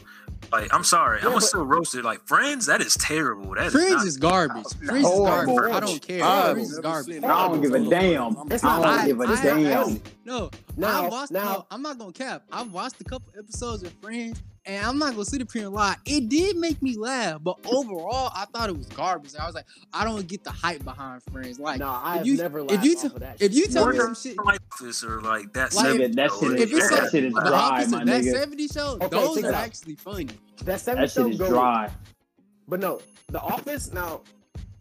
Like, I'm sorry,
Yeah,
I'm gonna
but-
still roast it. Like, Friends, that is terrible. That is
Friends
not-
is garbage. Friends is
Horrible.
garbage. I don't care.
I've
Friends is
never
garbage.
seen
I don't give a damn.
I'm-
It's
I
not
don't
like-
give a
I- I-
damn.
No,
now,
I watched,
now,
no, I'm not gonna cap. I've watched a couple episodes of Friends, and I'm not gonna sit up here and lie. It did make me laugh, but overall, I thought it was garbage. I was like, I don't get the hype behind Friends. Like,
no, I've
you-
never
if
laughed
you
off
t-
of that.
if you
shit.
tell me
Warner-
some shit,
Like this or like that.
Like,
seven-
That- that shit
or-
is-
if it's
yeah.
that shit is
the
dry,
opposite,
my
that
nigga.
70 show,
Okay,
those
check
are
it out.
actually funny.
That seven
That shit
show
is
goes-
dry.
But no, The Office. Now,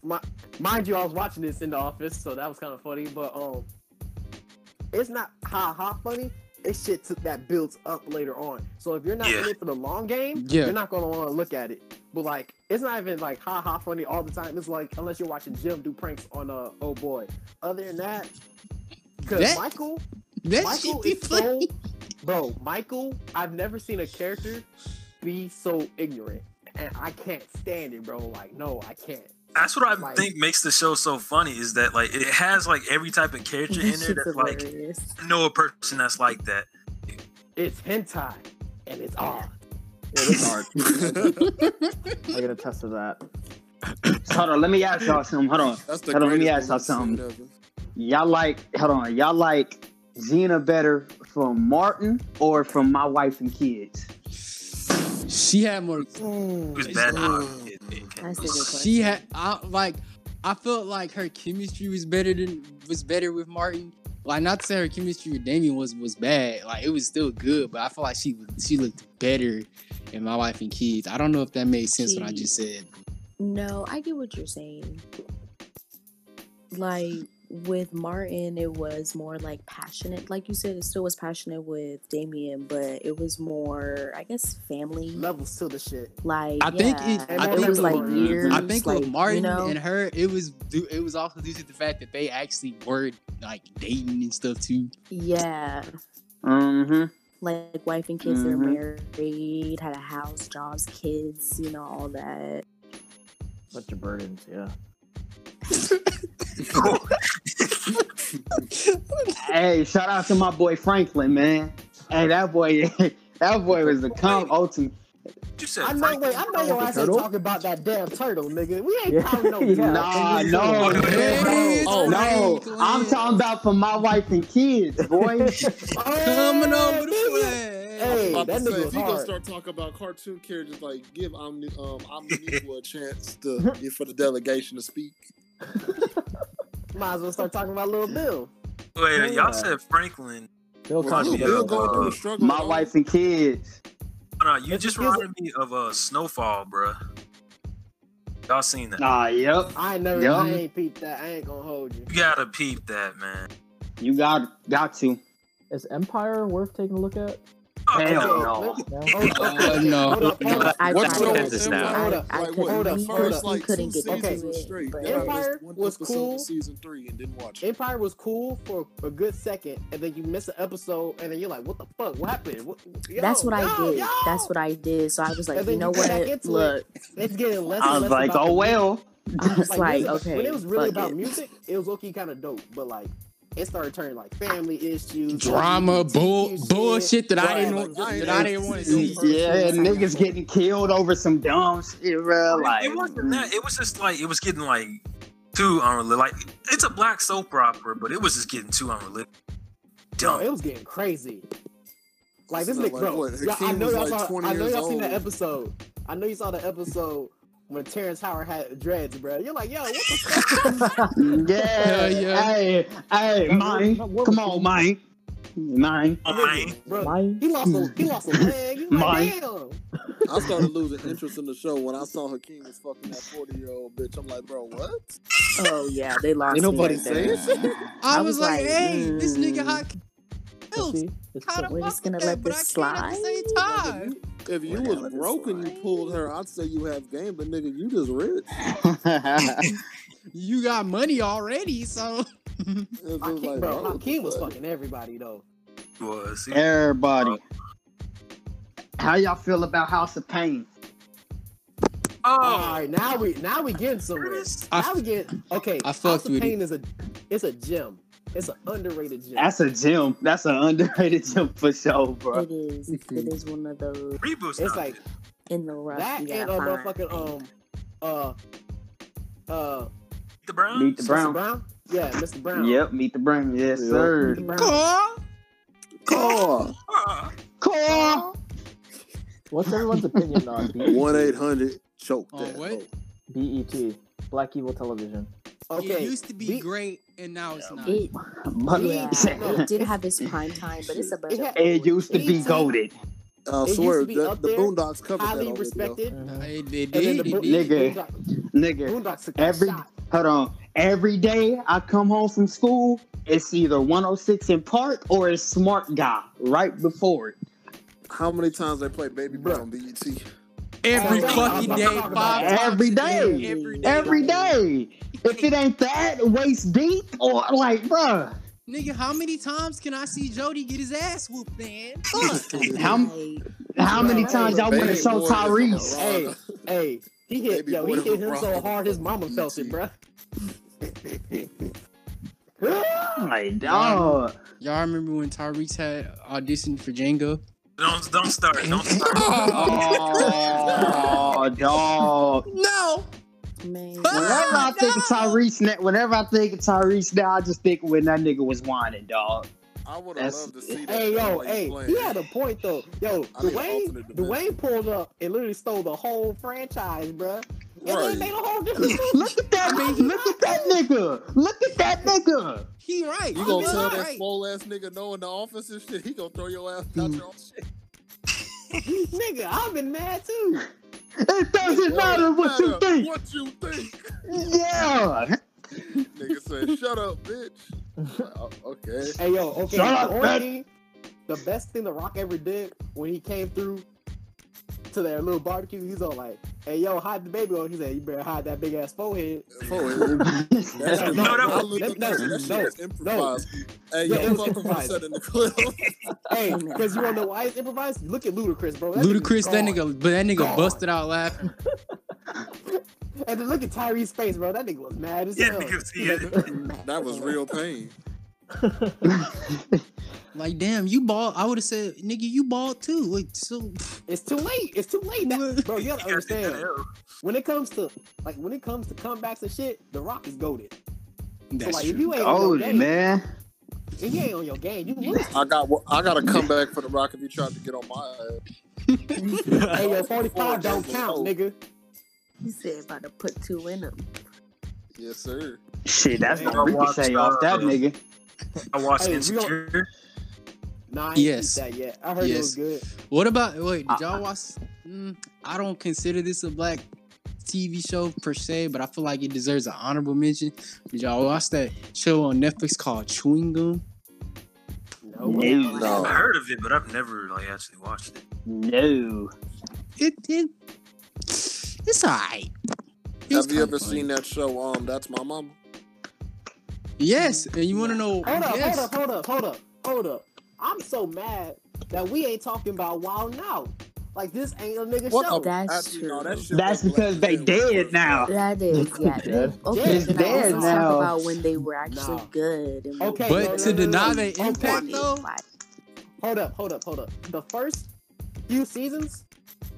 my, mind you, I was watching this in the office, so that was kind of funny. But um, it's not ha ha funny. It's shit to, that builds up later on. So if you're not
Yeah.
in it for the long game,
Yeah.
you're not gonna want to look at it. But like, it's not even like ha ha funny all the time. It's like unless you're watching Jim do pranks on uh oh boy. Other than that, because
That-
Michael,
That shit
Michael
be
is so,
funny.
bro. Michael, I've never seen a character be so ignorant. and I can't stand it, bro. Like, no, I can't.
That's what I
Like-
think makes the show so funny is that like it has like every type of character in there that's like I know a person that's like that.
It's hentai, and it's odd.
it's hard. I gotta test of that.
Hold on, let me ask y'all something. Hold on.
That's the
hold on, let me ask
greatest
y'all
movie
something. Y'all like, hold on, y'all like Xena better from Martin or from my wife and kids?
She had more.
was
bad.
she had I, like I felt like her chemistry was better than was better with Martin. Like not to say her chemistry with Damien was was bad. Like it was still good, but I feel like she she looked better in my wife and kids. I don't know if that made sense what I just said.
No, I get what you're saying. Like with Martin, it was more like passionate. Like you said, it still was passionate with Damien, but it was more, I guess, family
levels to the shit.
Like
I think
yeah,
it, I think
was like
with-
years.
I think
like,
with Martin
you know?
and her, it was due, it was also due to the fact that they actually were like dating and stuff too.
Yeah.
Mm-hmm.
Like wife and kids, they're
Mhm.
Mm-hmm.
married, had a house, jobs, kids, you know, all that.
Such a burden, yeah.
Hey, shout out to my boy Franklin, man. Hey, that boy, that boy was the com ultimate.
You said
I know. Wait, I know your ass ain't
Turtle?
talking about that damn turtle, nigga. We ain't calling no.
Nah, Ah, no, no,
Oh,
no. I'm talking about for my wife and kids, boy.
Coming over the
I was
Oh, Hey,
about
that
to say,
nigga
if
was
you gonna
hard.
start talking about cartoon characters, like give Omni um Omniqua a chance to for the delegation to speak.
Might as well start talking about Lil Bill.
Wait,
Yeah.
y'all said Franklin.
Bill
Cosby. Bill going through a struggle,
My
dog.
wife and kids.
No, no, you just reminded me of a uh, Snowfall, bruh. Y'all seen that?
Ah, yep.
I ain't never.
Yup.
I ain't peeped that. I ain't gonna hold you.
You gotta peep that, man.
You got got to.
Is Empire worth taking a look at?
Hell
Oh.
no.
Oh,
no.
What's
tried
wrong
it.
with
This
Empire?
now.
Like,
I- I couldn't-
what,
we
the
couldn't-
first
we
like two
couldn't get
seasons
through
was
it,
straight.
but-
Then I missed
Empire
one
was
episode of
cool.
Season three and didn't watch it.
Empire was cool for a good second, and then you miss an episode, and then you're like, "What the fuck? What happened?" What, yo,
That's what I
yo,
did.
yo.
That's what I did. So I was like,
And
you
then
know
you go back
what?
into
Look,
it. It's getting less.
I
and less
was like,
about
oh,
the music.
well.
I was
when
like,
it was-
okay,
when it was really
fuck
about
it.
music, it was low-key kind of dope, but like it started turning like family issues,
Drama,
LGBT
bull,
shit.
bullshit that I
Right,
didn't
like,
want, that I didn't want to see.
Yeah, niggas getting killed over some dumb shit, bro. Like,
it wasn't that. It was just like it was getting like too unrelated. Like it's a black soap opera, but it was just getting too unrelated.
Yo, it was getting crazy. Like this
It's not
nigga,
like,
bro.
what,
y'all- I
Hakeem
know
was,
y'all
like,
saw.
20
I know
years
y'all seen that
old.
episode. I know you saw the episode when Terrence Howard had dreads, bro. You're like, yo, what the fuck?
yeah,
Hell yeah.
Hey, hey,
Now,
mine.
what- what
Come
was
on, mine. Mine.
Bro, he lost a he lost a leg. He's
Mine.
like, damn.
I started losing interest in the show when I saw Hakeem was fucking that forty year old bitch. I'm like, bro, what?
Oh yeah, they lost.
Ain't
me
nobody
right
saying
there.
shit.
I was like, hey, this nigga
mm,
hot
We're just gonna let this slide.
If you was broke and you pulled her, I'd say you have game. But nigga, you just rich.
you got money already, so.
Hakeem, bro, Hakeem was fucking everybody though.
Was
Everybody. How y'all feel about House of Pain?
Oh,
all right. Now we now we getting somewhere. now we get okay.
I
House
fucked
of
with
Pain is a it's a gem. It's an underrated gem.
That's a gym. That's an underrated gym for sure, bro.
It is. It is one of those.
Reboot's
It's like
in the rough.
that
you
and
gotta
a
find.
motherfucking um uh uh
the Brown.
Meet the Brown.
Mr. Brown. Yeah, Mr. Brown.
Yep, Meet the Brown. Yes,
Yep.
sir.
Meet the Brown.
Call.
Ah.
Call.
What's everyone's opinion on E BET?
One eight hundred choke
On
that.
what?
hoe.
BET, E Black Evil Television?
It used to be great, and now it's not.
It,
Money.
yeah, it did have its prime time, but it's a bunch of
It used to be
It-
goaded.
I
used
swear,
to be
the,
up
the
there,
Boondocks covered
highly
that. already,
respected.
though.
Mm-hmm,
They
did, the they Bo- did. nigga. Nigga, every hold on. Every day I come home from school, it's either 106 in Park or it's Smart Guy right before it.
How many times they play Baby Brown on E BET?
Every fucking day, five times
Every
a
day, every day. If it ain't that, waist deep or like, bruh.
Nigga, how many times can I see Jody get his ass whooped, man?
How, how many times y'all want to show Tyrese?
Hey, Hey, he hit
Baby
yo, he
boy
hit him so
LeBron.
hard his mama felt it, bruh.
My
dog. Y'all remember when Tyrese had auditioned for Django?
Don't don't start. Don't start.
Oh, dog.
No.
Man.
Whenever I think of Tyrese, now, whenever I think of Tyrese now, I just think when that nigga was whining, dog.
I would
have
loved to see that.
Hey yo,
when he
hey,
playing.
he had a point though. Yo,
need an
Dwayne,
alternate dimension.
Dwayne pulled up and literally stole the whole franchise, bruh. And
Right.
they made a whole different.
Look at that nigga. Look at that nigga. Look at that nigga.
He right.
"Oh,
You
He
gonna tell
not
that
right.
swole ass nigga no in the office and shit? He gonna throw your ass out your own shit.
Nigga, I've been mad too.
It doesn't matter what you
Matter
think.
What you think?
Yeah.
nigga said, "Shut up, bitch." Well, okay.
Hey yo, okay.
Shut
the
up,
only
man.
thing- the best thing The Rock ever did when he came through to their little barbecue, he's all like, "Hey yo, hide the baby on." He said, "You better hide that big ass forehead."
That's
No,
the-
no,
I
no,
looked
no,
at that shit.
no,
That shit
no,
was improvised. Hey,
Yeah, it
yo,
was
fuck what you
improvised.
said in the clip.
Hey, because you wanna know why it's improvised? Look at Ludacris, bro. That nigga's
Ludacris, that
gone.
nigga, but that nigga
Gone.
busted out laughing.
And then look at Tyree's face, bro. That nigga was mad as
Yeah,
hell.
niggas, yeah.
That was real pain.
Like, damn, you bald. I would have said, nigga, you bald too. Like, so
It's too late. It's too late, now. bro. Oh, You gotta
You gotta take that
understand.
L.
When it comes to like when it comes to comebacks and shit, The Rock is goaded. So
that's
like if
true.
you ain't
Oh,
on your game,
man.
if you ain't on your game, you lose.
I got I got to come back for the rock if you tried to get on my ass.
hey, yo, forty five don't count, nigga.
He said about to put two in him.
Yes, sir.
Shit, that's
Man,
the
I watched,
ricochet off that
uh,
nigga.
I watched
Hey, we don't-
Insecure.
Nah, I ain't
Yes.
yes. that yet. I heard it was
Yes.
good.
What about wait? Did
Uh,
y'all watch? Mm, I don't consider this a black TV show per se, but I feel like it deserves an honorable mention. Did y'all watch that show on Netflix called Chewing Gum?
No, way.
No,
I heard of it, but I've never like actually watched it.
no.
It it it's alright.
Have you ever seen that show? Um, that's my mama.
Yes, and you want to know?
Hold up,
yes.
hold up, hold up, hold up, hold up. I'm so mad that we ain't talking about Wild Now. Like this ain't a nigga
What
show.
the-
That's
I-
true.
no, that shit
That's
was
because they
black shit.
dead now.
That is, yeah.
Dead.
Okay,
It's
then I also
dead now.
talk about when they were actually
Nah.
good. And
Okay,
But
no, no,
to
no, no,
deny
no.
the
Okay.
impact, though?
Hold up, hold up, hold up. The first few seasons,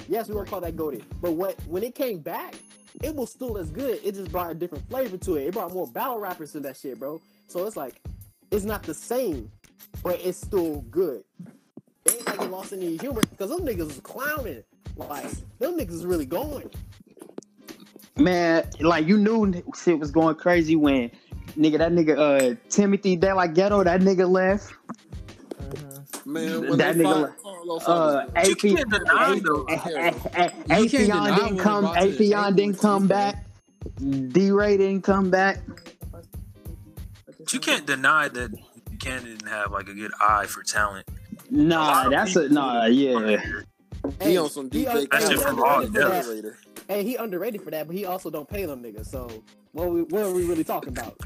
yes, we gonna call that goaded. But what when it came back, it was still as good. It just brought a different flavor to it. It brought more battle rappers to that shit, bro. So it's like it's not the same, but it's still good. It ain't like it lost any humor because them niggas was clowning. Like them niggas is really going.
Man, like you knew n- shit was going crazy when nigga that nigga uh Timothy De La Ghetto that nigga left.
Man, when
That
they
nigga
fired
like-
Carlos, I was
Uh
like,
You
AP
can't deny though.
You can't deny
Atheon
when
didn't
it
come
brought to the table
Atheon didn't
was
come
anything.
back. D Ray didn't come back.
But You can't deny that Buchanan didn't have like a good eye for talent.
Nah, that's a nah, yeah.
he on some
He
DK.
That shit
he
from all
underrated for that.
depth.
Rader.
Hey, he underrated for that, but he also don't pay them niggas. So what we, what are we really talking about?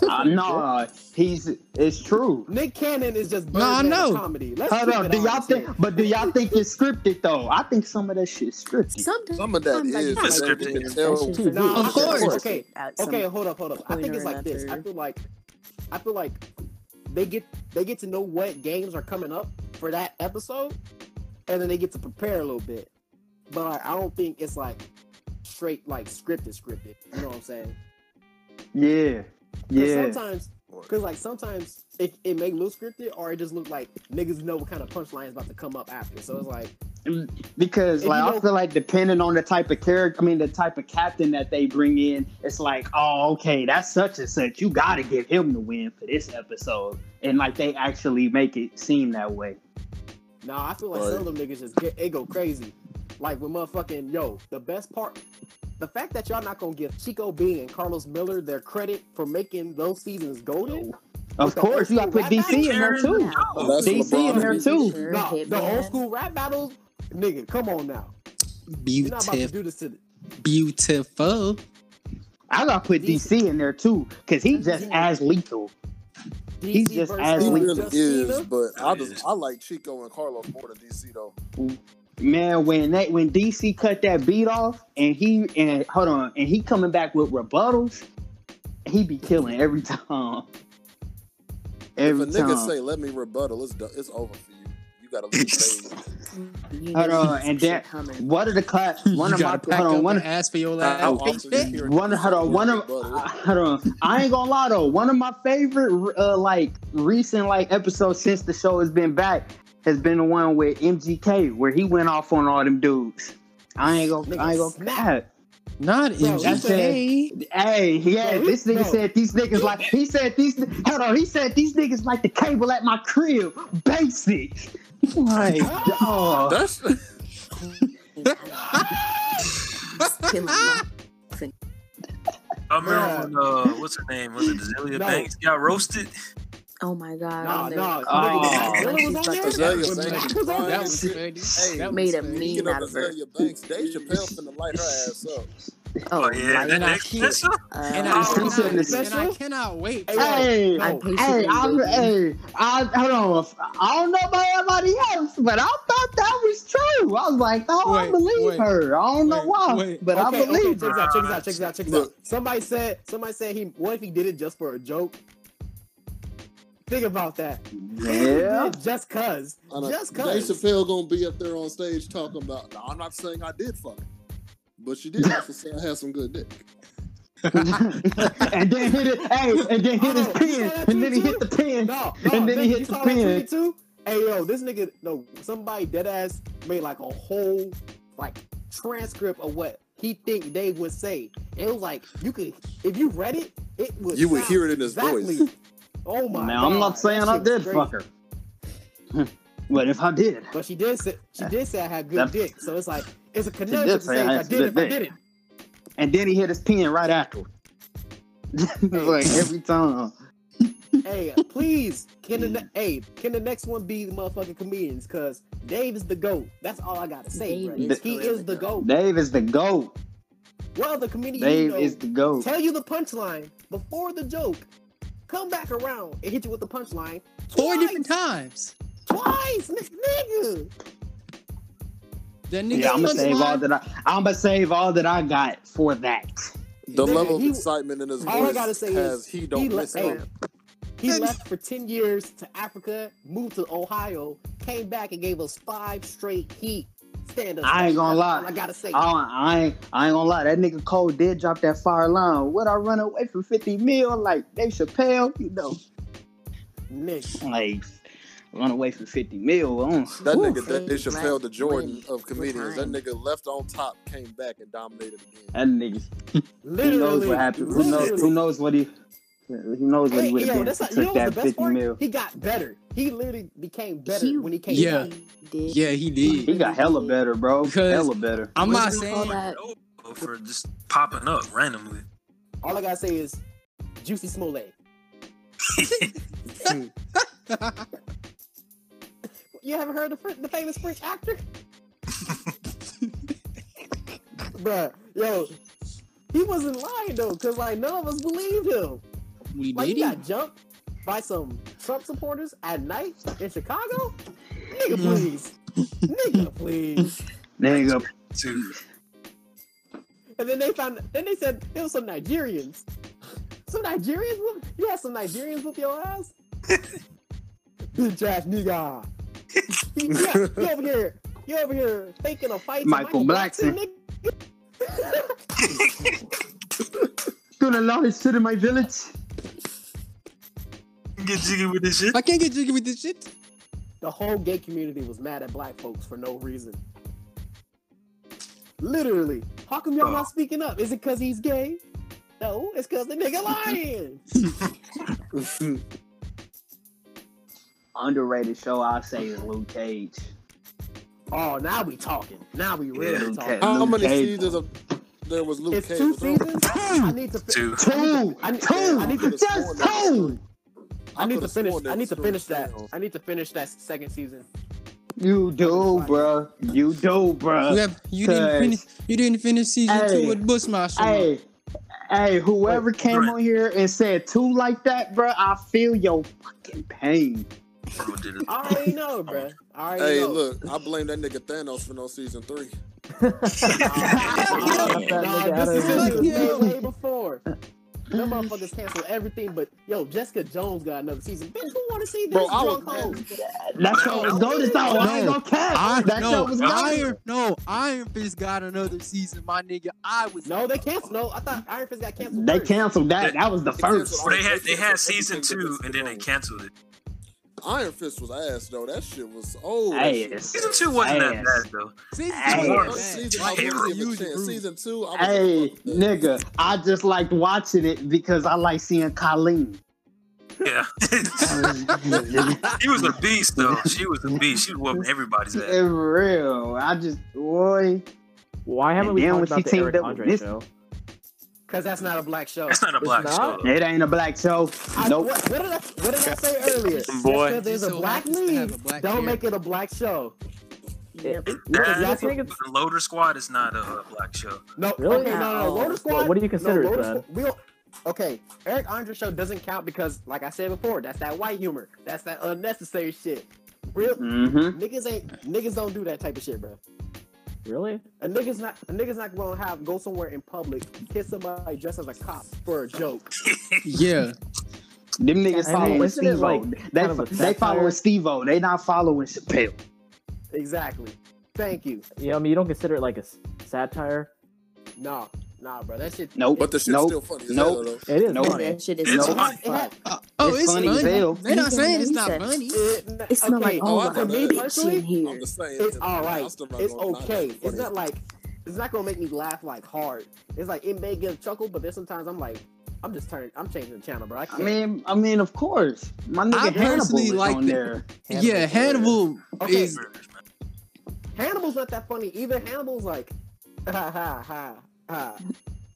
Uh, nah, he's it's true.
Nick Cannon is just
No, I
Birdman
know.
of comedy. Let's
Hold
keep
on,
it
do y'all
honest
think
here.
but do y'all think it's scripted though? I think some of that shit's scripted.
Sometimes,
Some of that
sometimes I
is,
feel
but
like
they
it
can
is.
tell
That's just
too.
a
Nah,
Of
scripted
course.
version
Okay,
at some
Okay, hold up, hold up. I
point
think
or
it's like this. I
another.
feel like I feel like they get they get to know what games are coming up for that episode, and then they get to prepare a little bit. But like, I don't think it's like straight like scripted scripted. You know what I'm saying?
Yeah.
'Cause
Yeah.
Sometimes, because like sometimes it, it may look scripted or it just look like niggas know what kind of punchline is about to come up after. So it's like,
because
And
like
you
I
know-
feel like depending on the type of character, I mean the type of captain that they bring in, it's like, oh, okay, that's such and such. You got to give him the win for this episode, and like they actually make it seem that way.
nah, I feel like
Right.
some of them niggas just get they go crazy. Like with motherfucking yo, the best part, the fact that y'all not gonna give Chico Bean and Carlos Miller their credit for making those seasons golden.
Of
the
course, you got
old
to put
school rap
DC in there
Karen,
too.
no.
That's
DC uh, in there too.
Sure,
Nah, the
Hitman.
old school rap battles, nigga, come on now. You're not about to
Beautiful,
do this to. The,
beautiful.
I got to put DC in there too because he's just as lethal.
DC
He's just
versus
as
He
Like
really
John Cena.
is, but I just I like Chico and Carlos more than DC though.
Man, when that when DC cut that beat off and he and hold on and he coming back with rebuttals, he be killing every time.
If
Every
a nigga
time.
say, "Let me rebuttal," it's do- it's over for you. You gotta leave. stage.
hold on, and that one of the class one of my hold on one
ass for your
How often you hear
one hold on one of hold on I ain't gonna lie though one of my favorite uh, like recent like episodes since the show has been back has been the one with MGK where he went off on all them dudes. I ain't gonna I ain't gonna cap.
Not
Bro, he said-
MGK.
Hey, yeah,
Bro,
this nigga
bro.
said these niggas like he said these. Hold on, he said these niggas like the cable at my crib. Basic, like oh. dog.
That's
I remember when, uh, what's her name? Was it Azealia
No.
Banks got roasted?
Oh my god.
Nah,
on there.
nah.
Oh.
nigga, Zilla was on
Azalea
there? When
Banks.
Black was on
That
there?
was
fair, dude.
Hey,
That
Made
was fair.
a meme.
speaking
out
of
of her.
Azalea Banks, Dave Chappelle finna light her ass up.
Oh, yeah.
like,
That
And I
next
can't-
special?
uh,
And
Oh,
I,
this
cannot,
is-
and I cannot wait.
Hey,
I
hey,
patiently
I,
waited.
hey, I, hold on. I don't know about everybody else, but I thought that was true. I was like, oh, I
Wait,
believe
wait,
her. I don't know
wait,
why,
wait.
but
okay,
I
okay,
believe
check this out, check this out, check this out, check this out. Somebody said, somebody said he. What if he did it just for a joke? Think about that.
her.
Yeah. Just cause.
I know.
Just
Dave
cause.
Chappelle gonna be up there on stage talking about. "Nah, I'm not saying I did fuck, her, but she did also say I had some good dick.
and then hit it. Hey, and then hit his
Oh, you
pen,
saw that
and then he
tweet
hit the pen,
No, no,
and then he
nigga,
hit
you
the
saw that
pen.
tweet too? Hey yo, this nigga, no, somebody dead ass made like a whole like transcript of what he think they would say. It was like you could, if you read it, it would.
You would
sound
hear it in his
exactly.
voice.
Oh my!
Now I'm
God,
not
that
saying I
shit was
did
crazy.
fuck her, but if I did,
But she did say she did say I had good
That-
dick, so it's like it's a
did
conundrum to
say
say if
I
I
had
did it, if
good
I did it.
and then he hit his pen right after. like every time.
hey, uh, please, can the ne- hey can the next one be the motherfucking comedians? Cause Dave is the goat. That's all I gotta say.
Dave
bruh.
is
He
the
is the goat.
Dave is the goat.
What other comedian you
Dave
know
is the goat.
tell you the punchline before the joke, come back around and hit you with the punchline
Four
twice,
different times.
Twice, n- nigga.
That nigga
Yeah, I'm gonna
punchline-
save all that I. I'm gonna save all that I got for that.
The
Nigga,
level of
he-
excitement in his
all I
voice
gotta say
has
is
he don't
he le-
miss
hey.
it.
He left for ten years to Africa, moved to Ohio, came back and gave us five straight heat stand up.
I ain't gonna lie.
I gotta say.
I, Oh, I ain't. I ain't gonna lie. That nigga Cole did drop that fire line. Would I run away from 50 mil like Dave Chappelle? You know,
Nigga.
like run away from 50 mil. I don't-
That
Woo.
nigga Dave
Dave
Chappelle,
left
the Jordan
when
of comedians. That
retired.
nigga left on top, came back and dominated again.
That nigga. Who
Literally.
knows what happened? Who knows? Who
literally.
knows what he? Who knows what
Hey,
he would have
yo,
been if
that's
he
not, you know what's the
took that
best
50
part?
mil?
He got better. He literally became better when he came
Yeah.
back.
Did.
Yeah, he did.
He got hella better, bro.
Because-
Hella better.
I'm not
Wasn't all
saying
that-
for just popping up randomly.
All I gotta say is Juicy Smollett. You haven't heard the, fr- the famous French actor? Bruh, yo, he wasn't lying though, because like none of us believed him.
we
Like,
did
he
it.
got jumped by some Trump supporters at night in Chicago? Nigga, please. Nigga, please.
Nigga,
Too.
And then they found, then they said it was some Nigerians. Some Nigerians? Whoop, you had some Nigerians with your ass? Bitch ass nigga. you, you, you over here, you over here faking a fight. to
Michael Blackson.
nigga?
gonna allow his shit in my village.
Get jiggy with this shit.
I can't get jiggy with this shit.
The whole gay community was mad at black folks for no reason. Literally. How come y'all not speaking up? Is it because he's gay? No, it's because the nigga lying.
Underrated show I say is Luke Cage.
Oh, now we talking. Now we really
Yeah.
talking.
How
Luke
many
Cage.
seasons of there was Luke
It's
Cage?
two
was on?
seasons. I need to. Fi-
Two.
Two,
I need,
two,
I need to.
just two.
I need to
could've
finish.
sworn there
I need
was
to
two
finish that.
seasons.
I need to finish that second season.
You do, bruh. You do,
You,
bruh.
have, you didn't
cause-
finish. You didn't finish season
Hey.
two with Bush Marshall.
Hey, hey, whoever came
Brent.
on here and said two like that, bruh, I feel your fucking pain.
Everyone did it.
I already know, bruh. I already
Hey,
know.
look, I blame that nigga Thanos for no season three.
Nah, this is what it was made way before. Them motherfuckers canceled everything, but yo, Jessica Jones got another season. Bitch, who want to see this
Bro, I
drunk hoe?
That show was gold as hell. I ain't gonna cap.
I,
that
no,
show was gold.
Iron, no, Iron Fist got another season, my nigga. I was
No, they canceled. No, I thought Iron Fist got canceled.
They
first.
canceled that. That was the first.
Well, they had they had season two and then they canceled it.
Iron Fist was ass though. That shit was old. That shit was-
Ass.
Season two wasn't that
Ass.
bad though.
season
Hey.
two.
First
was bad.
season,
Like,
I
it
wouldn't give a
was
chance.
brutal.
Season two, I was
Hey,
like, fuck that.
nigga, I just liked watching it because I like seeing Colleen.
Yeah, she was a beast though. She was a beast. She was whooping everybody's ass.
In real, I just boy.
Why haven't
And
we
then
talked
when she
about the
teamed
Eric
up with
Andre
Miss-
show?
Cause that's not a black show.
That's not a black show.
not?
though.
It ain't a black show.
I,
Nope.
What, what did I What did I say
Boy.
earlier? Just 'cause there's
It
a
so
black
happens to have
league.
a black
don't
hair.
make it a black show.
Yep.
That-
y'all think
the Loader Squad is not a, uh, black show.
No,
Really?
okay, no, no, no.
Wow.
Loader Squad.
What do you consider
no,
it,
Loader
then?
Squad- we don't- okay, Eric Andre show doesn't count because, like I said before, that's that white humor. That's that unnecessary shit. Real
Mm-hmm.
niggas ain't niggas don't do that type of shit, bro.
Really?
A nigga's not a nigga's not gonna have go somewhere in public, kiss somebody dressed as a cop for a joke.
Yeah,
Them niggas
I mean,
following
isn't it,
Steve O.
like,
They
kind of a
they following
satire?
Steve O. They not following Chappelle.
Exactly. Thank you.
Yeah, I mean, you don't consider it like a s- satire.
Nah, nah, bro. That shit.
Nope.
But the shit's
Nope.
still funny as
Nope.
hell though.
It is
Nope.
funny.
That shit is
It's
It
not
had- it had-
Fuck.
oh,
It's
it's,
funny as
funny.
hell.
They're not saying it's not funny.
it-
It's not
okay,
like, oh,
Oh, I
my
know
God,
that. Oh,
bitch in
I'm
here.
just saying.
It's all
I'm
right.
still not
It's
gonna knock it.
okay.
Funny
It's
as
not like it's not gonna make me laugh like hard. It's like it may get a chuckle, but then sometimes I'm like, I'm just turning, I'm changing the channel, bro. I
I
can't.
mean, I mean, of course, my nigga
I
Hannibal
personally
is
like
on
the-
there.
yeah, Hannibal
Okay.
is
Hannibal's not that funny either. Hannibal's like, ha ha ha ha.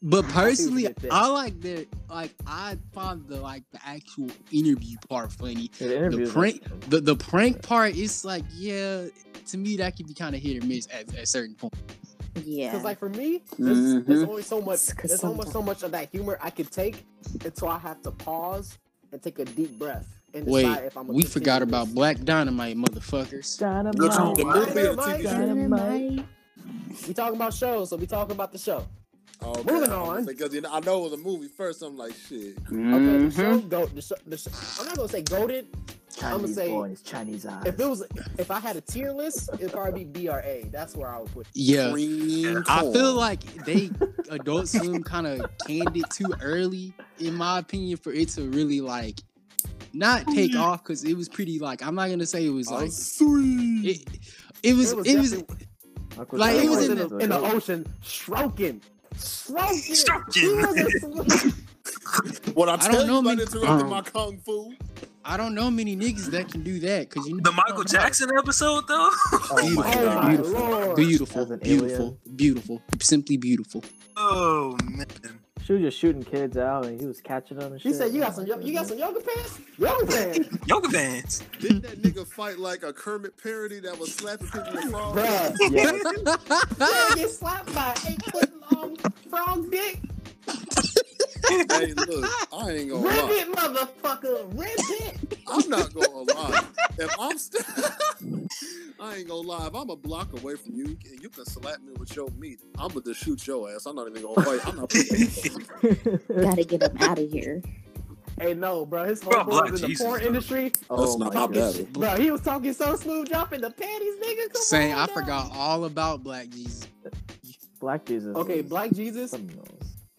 But
we
personally,
did that.
I like the like I found the like the actual interview part funny.
The interview. is
prank-
interesting.
The the prank part is like yeah, to me that could be kind of hit or miss at, at certain point.
Yeah.
Because like for me, there's,
Mm-hmm.
there's only so much,
It's 'cause
there's almost so much of that humor I could take until I have to pause and take a deep breath and
Wait,
decide if I'm. gonna
we forgot
continue
about
this.
Black Dynamite, motherfuckers.
Good song. The
Dynamite.
movie or the TV show?
Dynamite.
We talking about shows, so we talking about the show.
Oh, okay.
Moving on.
Because you know, I know it was a movie first. I'm like, shit.
Okay,
Mhm.
the show
Mm-hmm.
go. The show, the show, I'm not gonna say goaded. I'ma
Chinese
say-
boys, Chinese eyes.
If it was, if I had a tier list, it'd probably be BRA. That's where I would put.
Yeah,
Green
I
corn.
feel like they Adult Swim kind of canned it too early, in my opinion, for it to really like not take off because it was pretty like I'm not gonna say it was
Oh,
like
sweet.
it. It was. It was. Oh.
definitely-
Awkward
like,
he
it
was
was
Chinese
in
in
the,
boys.
in the ocean, stroking, stroking.
Stroking.
He was
What I
I
tell
don't
you
know
about
me-
interrupting
Um,
my kung fu.
I don't know many niggas that can do that because you know
The Michael Jackson episode though.
Oh my
Oh my
god.
lord!
beautiful,
As an
beautiful, beautiful, simply beautiful.
Oh man.
She was just shooting kids out, and he was catching them. And
She
shit.
said, "You got some, yo- you got some yoga pants, yoga pants,
Yoga Vans.
Didn't that nigga fight like a Kermit parody that was slapping people with frogs?
bruh."
Yeah,
You get slapped by an eight foot long frog dick,
Hey, look, I ain't gonna
rip
lie.
it, motherfucker, rip it.
I'm not gonna lie. If I'm still, I ain't gonna lie. If I'm a block away from you and you can slap me with your meat, I'm gonna just shoot your ass. I'm not even gonna fight. I'm not.
Gotta get him out of here.
Hey, no, bro, his
Bro,
whole
Black
was in the
Jesus,
porn
bro.
industry.
oh my
not
god.
that.
shit.
Bro, he was talking so smooth, dropping the panties, nigga. Come
Saying
on
I
now.
forgot all about Black Jesus.
Black Jesus.
Okay,
was
Black Jesus.
something else.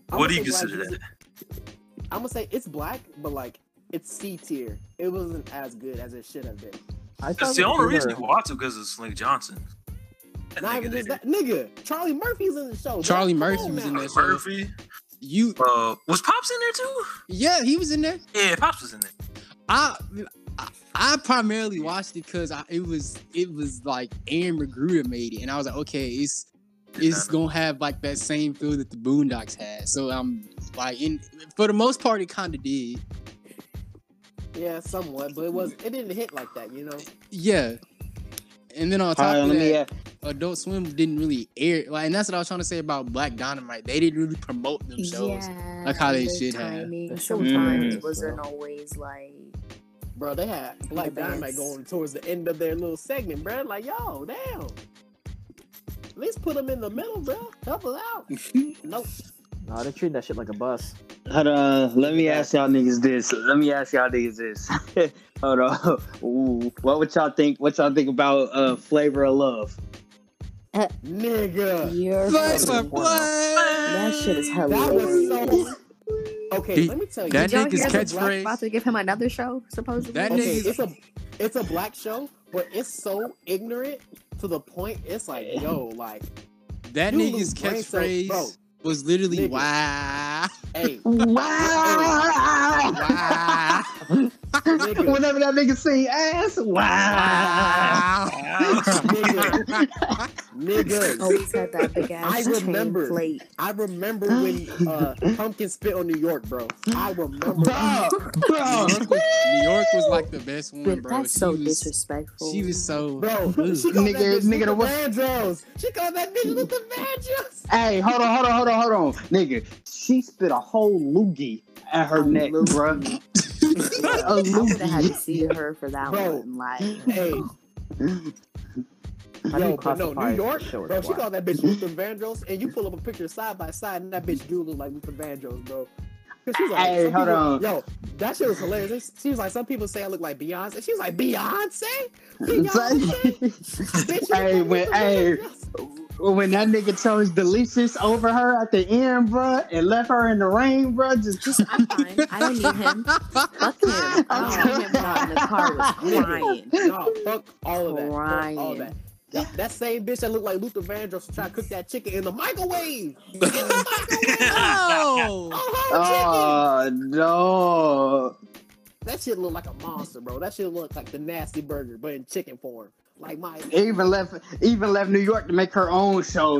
What do you consider that?
I'm gonna say it's black, but like it's C tier. It wasn't as good as it should have been.
I
That's
thought
the
it was
only reason
either-
you watch it because of Slink Johnson. That
Not
nigga
even
there.
just that, nigga. Charlie Murphy's in the show. bro.
Charlie
Come
Murphy
on
was in
now.
that show.
Murphy.
You,
Uh, was Pops in there too?
yeah, he was in there.
Yeah, Pops was in there.
I, I, I primarily watched it because it was it was like Aaron Magruder made it, and I was like, okay, it's it's gonna have like that same feel that the Boondocks had. So I'm like, in for the most part, it kind of did.
Yeah, somewhat, but it was it didn't hit like that, you know.
Yeah. And then on
All
top
right,
of
let me
that,
ask.
Adult Swim didn't really air like, and that's what I was trying to say about Black Dynamite. They didn't really promote themselves.
Yeah.
Like how they
the
should have. Mm.
timing
That's so
sometimes
weird,
wasn't
bro.
always like
Bro, they had Black
The
Dynamite
best.
going towards the end of their little segment, bro. Like, yo, damn. At least put them in the middle, bro. Help us out. nope.
No, they treat that shit like a bus.
Hold on. Let me ask y'all niggas this. Let me ask y'all niggas this. Hold on. Ooh, what would y'all think? What y'all think about uh, flavor of love?
Nigga.
You're
Flex
fucking-
for
That shit is
That was
hilarious.
so. Okay, let me tell you.
Did y'all hear the Black about to give him another show, supposedly?
okay, it's a it's a black show, but it's so ignorant to the point. It's like, yo, like
That
you
nigga's
lose brain cells-
catchphrase
bro,
was literally
Nigga.
wow.
Hey.
Wow. Whenever that nigga sing ass, wow.
nigga, nigga.
Oh.
Always had Oh, that big ass
I remember.
chain plate.
I remember when uh, Pumpkin spit on New York, bro. I remember.
Bro, bro.
New York, was, New York was like the best one,
But
bro.
that's
she
so
was,
disrespectful.
She was so.
Bro, she called
Nigga,
that bitch
nigga,
nigga
the
the
what-
Vandross. She called that bitch with the Vandross.
Hey, hold on, hold on, hold on, hold on. Nigga, she spit a whole loogie at her neck, bruh.
I would have had to see her for that
Bro.
one. Like,
How
Hey,
do
yo,
you
but no,
classify
New York,
a show as
bro. She
black?
called that bitch Luther Vandross, and you pull up a picture side by side, and that bitch do look like Luther Vandross, bro. 'Cause she was like,
Hey,
some
hold
people-
on.
Yo, that shit was hilarious. She was like, some people say I look like Beyonce. She was like, Beyonce? Beyonce? Bitch, you
hey,
look like
when
Luther
hey,
Vandross.
when that nigga chose Delicious over her at the end, bruh, and left her in the rain, bruh, just
just I'm fine. I don't need him. Fuck him. I don't need him. Not in the car was crying.
No, fuck all of that. Fuck all
Crying.
that. That, that same bitch that looked like Luther Vandross trying to cook that chicken in the microwave.
Oh,
Oh, chicken.
Oh no.
That shit looked like a monster, bro. That shit looked like the nasty burger, but in chicken form. Like my
Even left even left New York to make her own show.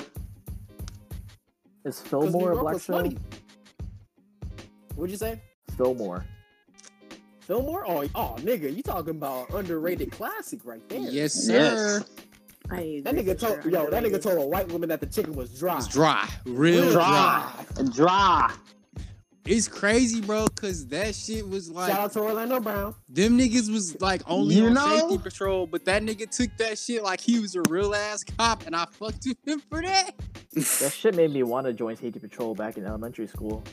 Is
'cause New
Fillmore a
York
black
was
show?
funny. What'd you say?
Fillmore.
Fillmore? Oh, oh, nigga, you talking about an underrated classic right there?
yes,
Yes.
sir.
I agree
That nigga
with
told
her.
yo, that nigga
Underrated.
told a white woman that the chicken was dry.
It's dry, real
Real
dry.
Dry. Dry.
It's crazy, bro, cause that shit was like
Shout out to Orlando Brown.
them niggas was like only
You
on
know?
safety patrol, but that nigga took that shit like he was a real ass cop, and I fucked with him for that.
That shit made me want to join Haiti Patrol back in elementary school.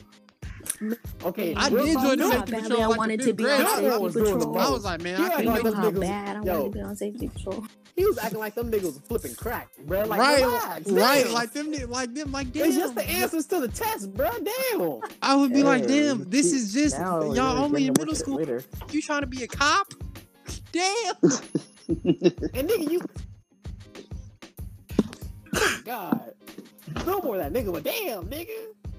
Okay,
I
real
did
talk,
join the
you know
safety
how badly
patrol.
I
like, the
wanted to
fifth
be
grade.
on
I
safety
was doing the-
patrol.
I was like, man,
Yeah,
I
I
can't
know
You
wait.
know
them
how
niggas-
bad I
yo.
wanted to be on safety patrol.
He was acting like them niggas was flipping crack, bro. Like,
right,
relax,
right,
damn.
like them, ni- like them, like damn.
it's just the answers to the test, bro. Damn.
I would be like,
Hey,
damn, this
shit,
is just
now you're
y'all only
getting
in
with
middle
it
school.
Later.
You trying to be a cop? Damn.
And nigga, you. God, no more that nigga. But damn, nigga,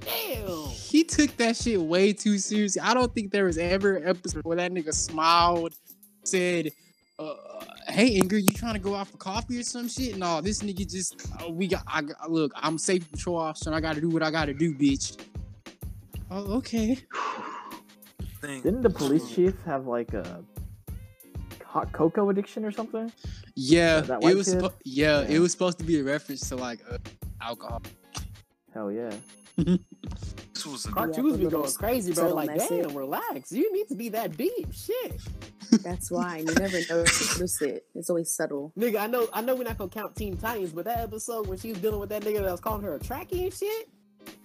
damn.
He took that shit way too seriously. I don't think there was ever an episode where that nigga smiled, said, uh, "Hey, Inger, you trying to go out for coffee or some shit?" No, this nigga just oh, we got. I got- look, I'm safety patrol officer. And I got to do what I got to do, bitch. Oh, okay.
Thing.
Didn't the police chief have like a hot cocoa addiction or something?
Yeah,
That- that
it
white
was.
kid?
suppo- yeah,
Yeah.
it was supposed to be a reference to like uh, alcohol.
Hell yeah.
This was a
Cartoons be
the little
going crazy, bro.
subtle
Like,
message.
damn, relax. You need to be that deep, shit,
That's why you never notice it. It's always subtle.
nigga. I know, I know, we're not gonna count Teen Titans, but that episode when she was dealing with that nigga that was calling her a tracky and shit,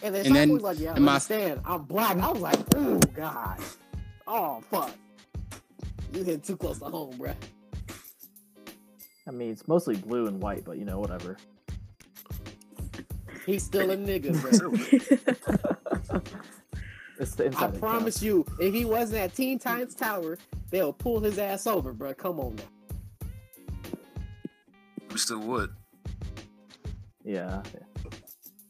and then,
And
Shaq
then-
was like, "Yeah, I
and my-
understand. I'm black." I was like, "Oh God, oh fuck." You hit too close to home, bruh.
I mean, it's mostly blue and white, but you know, whatever.
He's still a nigga, bro.
It's the
I
inside. that
promise you, if he wasn't at Teen Titans Tower, they'll pull his ass over, bro. Come on now.
we still would.
counts. Yeah.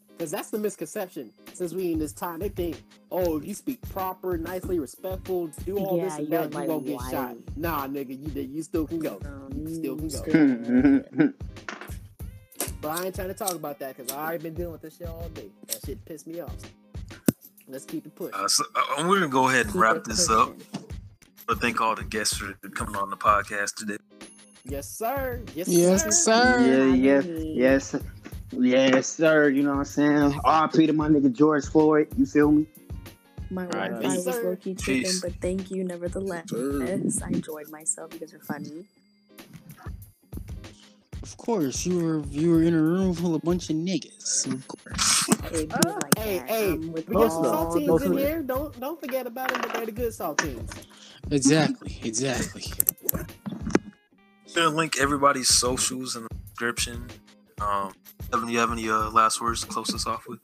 Because that's the misconception. Since we in this time, they think, oh, if you speak proper, nicely, respectful, do all this
Yeah,
and
you're,
that,
like,
you won't get shot.
wild.
Nah, nigga, you did- you still can go.
Um,
Still can go.
still-
But I ain't trying to talk about that because I already been dealing with this shit all day. That shit pissed me off. Let's keep it pushing.
Uh, so, uh, we're gonna go ahead and
keep
wrap
it
this up.
pushing.
But thank all the guests for coming on the podcast today.
yes, sir. Yes, sir.
Yes, sir.
Yeah, yeah,
Halloween.
yes, yes, sir. You know what I'm saying? R.P. to my nigga George Floyd. You feel me?
My
Alright,
Wi-Fi
peace.
was low-key tripping,
Peace.
but thank you nevertheless. I enjoyed myself. You guys are funny.
Of course, you were you were in a room full of bunch of niggas. Of course.
It'd be like
Ah, Hey,
that.
hey,
I'm
we
with
got some
all
saltines
those
in
who-
here. Don't don't forget about them, but they're the good saltines.
Exactly, exactly.
gonna link everybody's socials in the description. Um, Evan, you have any uh, last words to close us off with?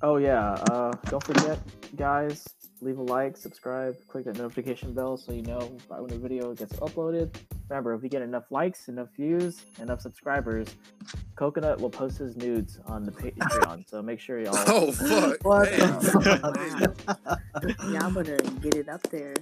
Oh yeah, uh, don't forget, guys, leave a like, subscribe, click that notification bell so you know right when a video gets uploaded. Remember, if we get enough likes, enough views, enough subscribers, Coconut will post his nudes on the Patreon. so make sure y'all.
Oh fuck!
What
Damn.
Y'all better get it up there.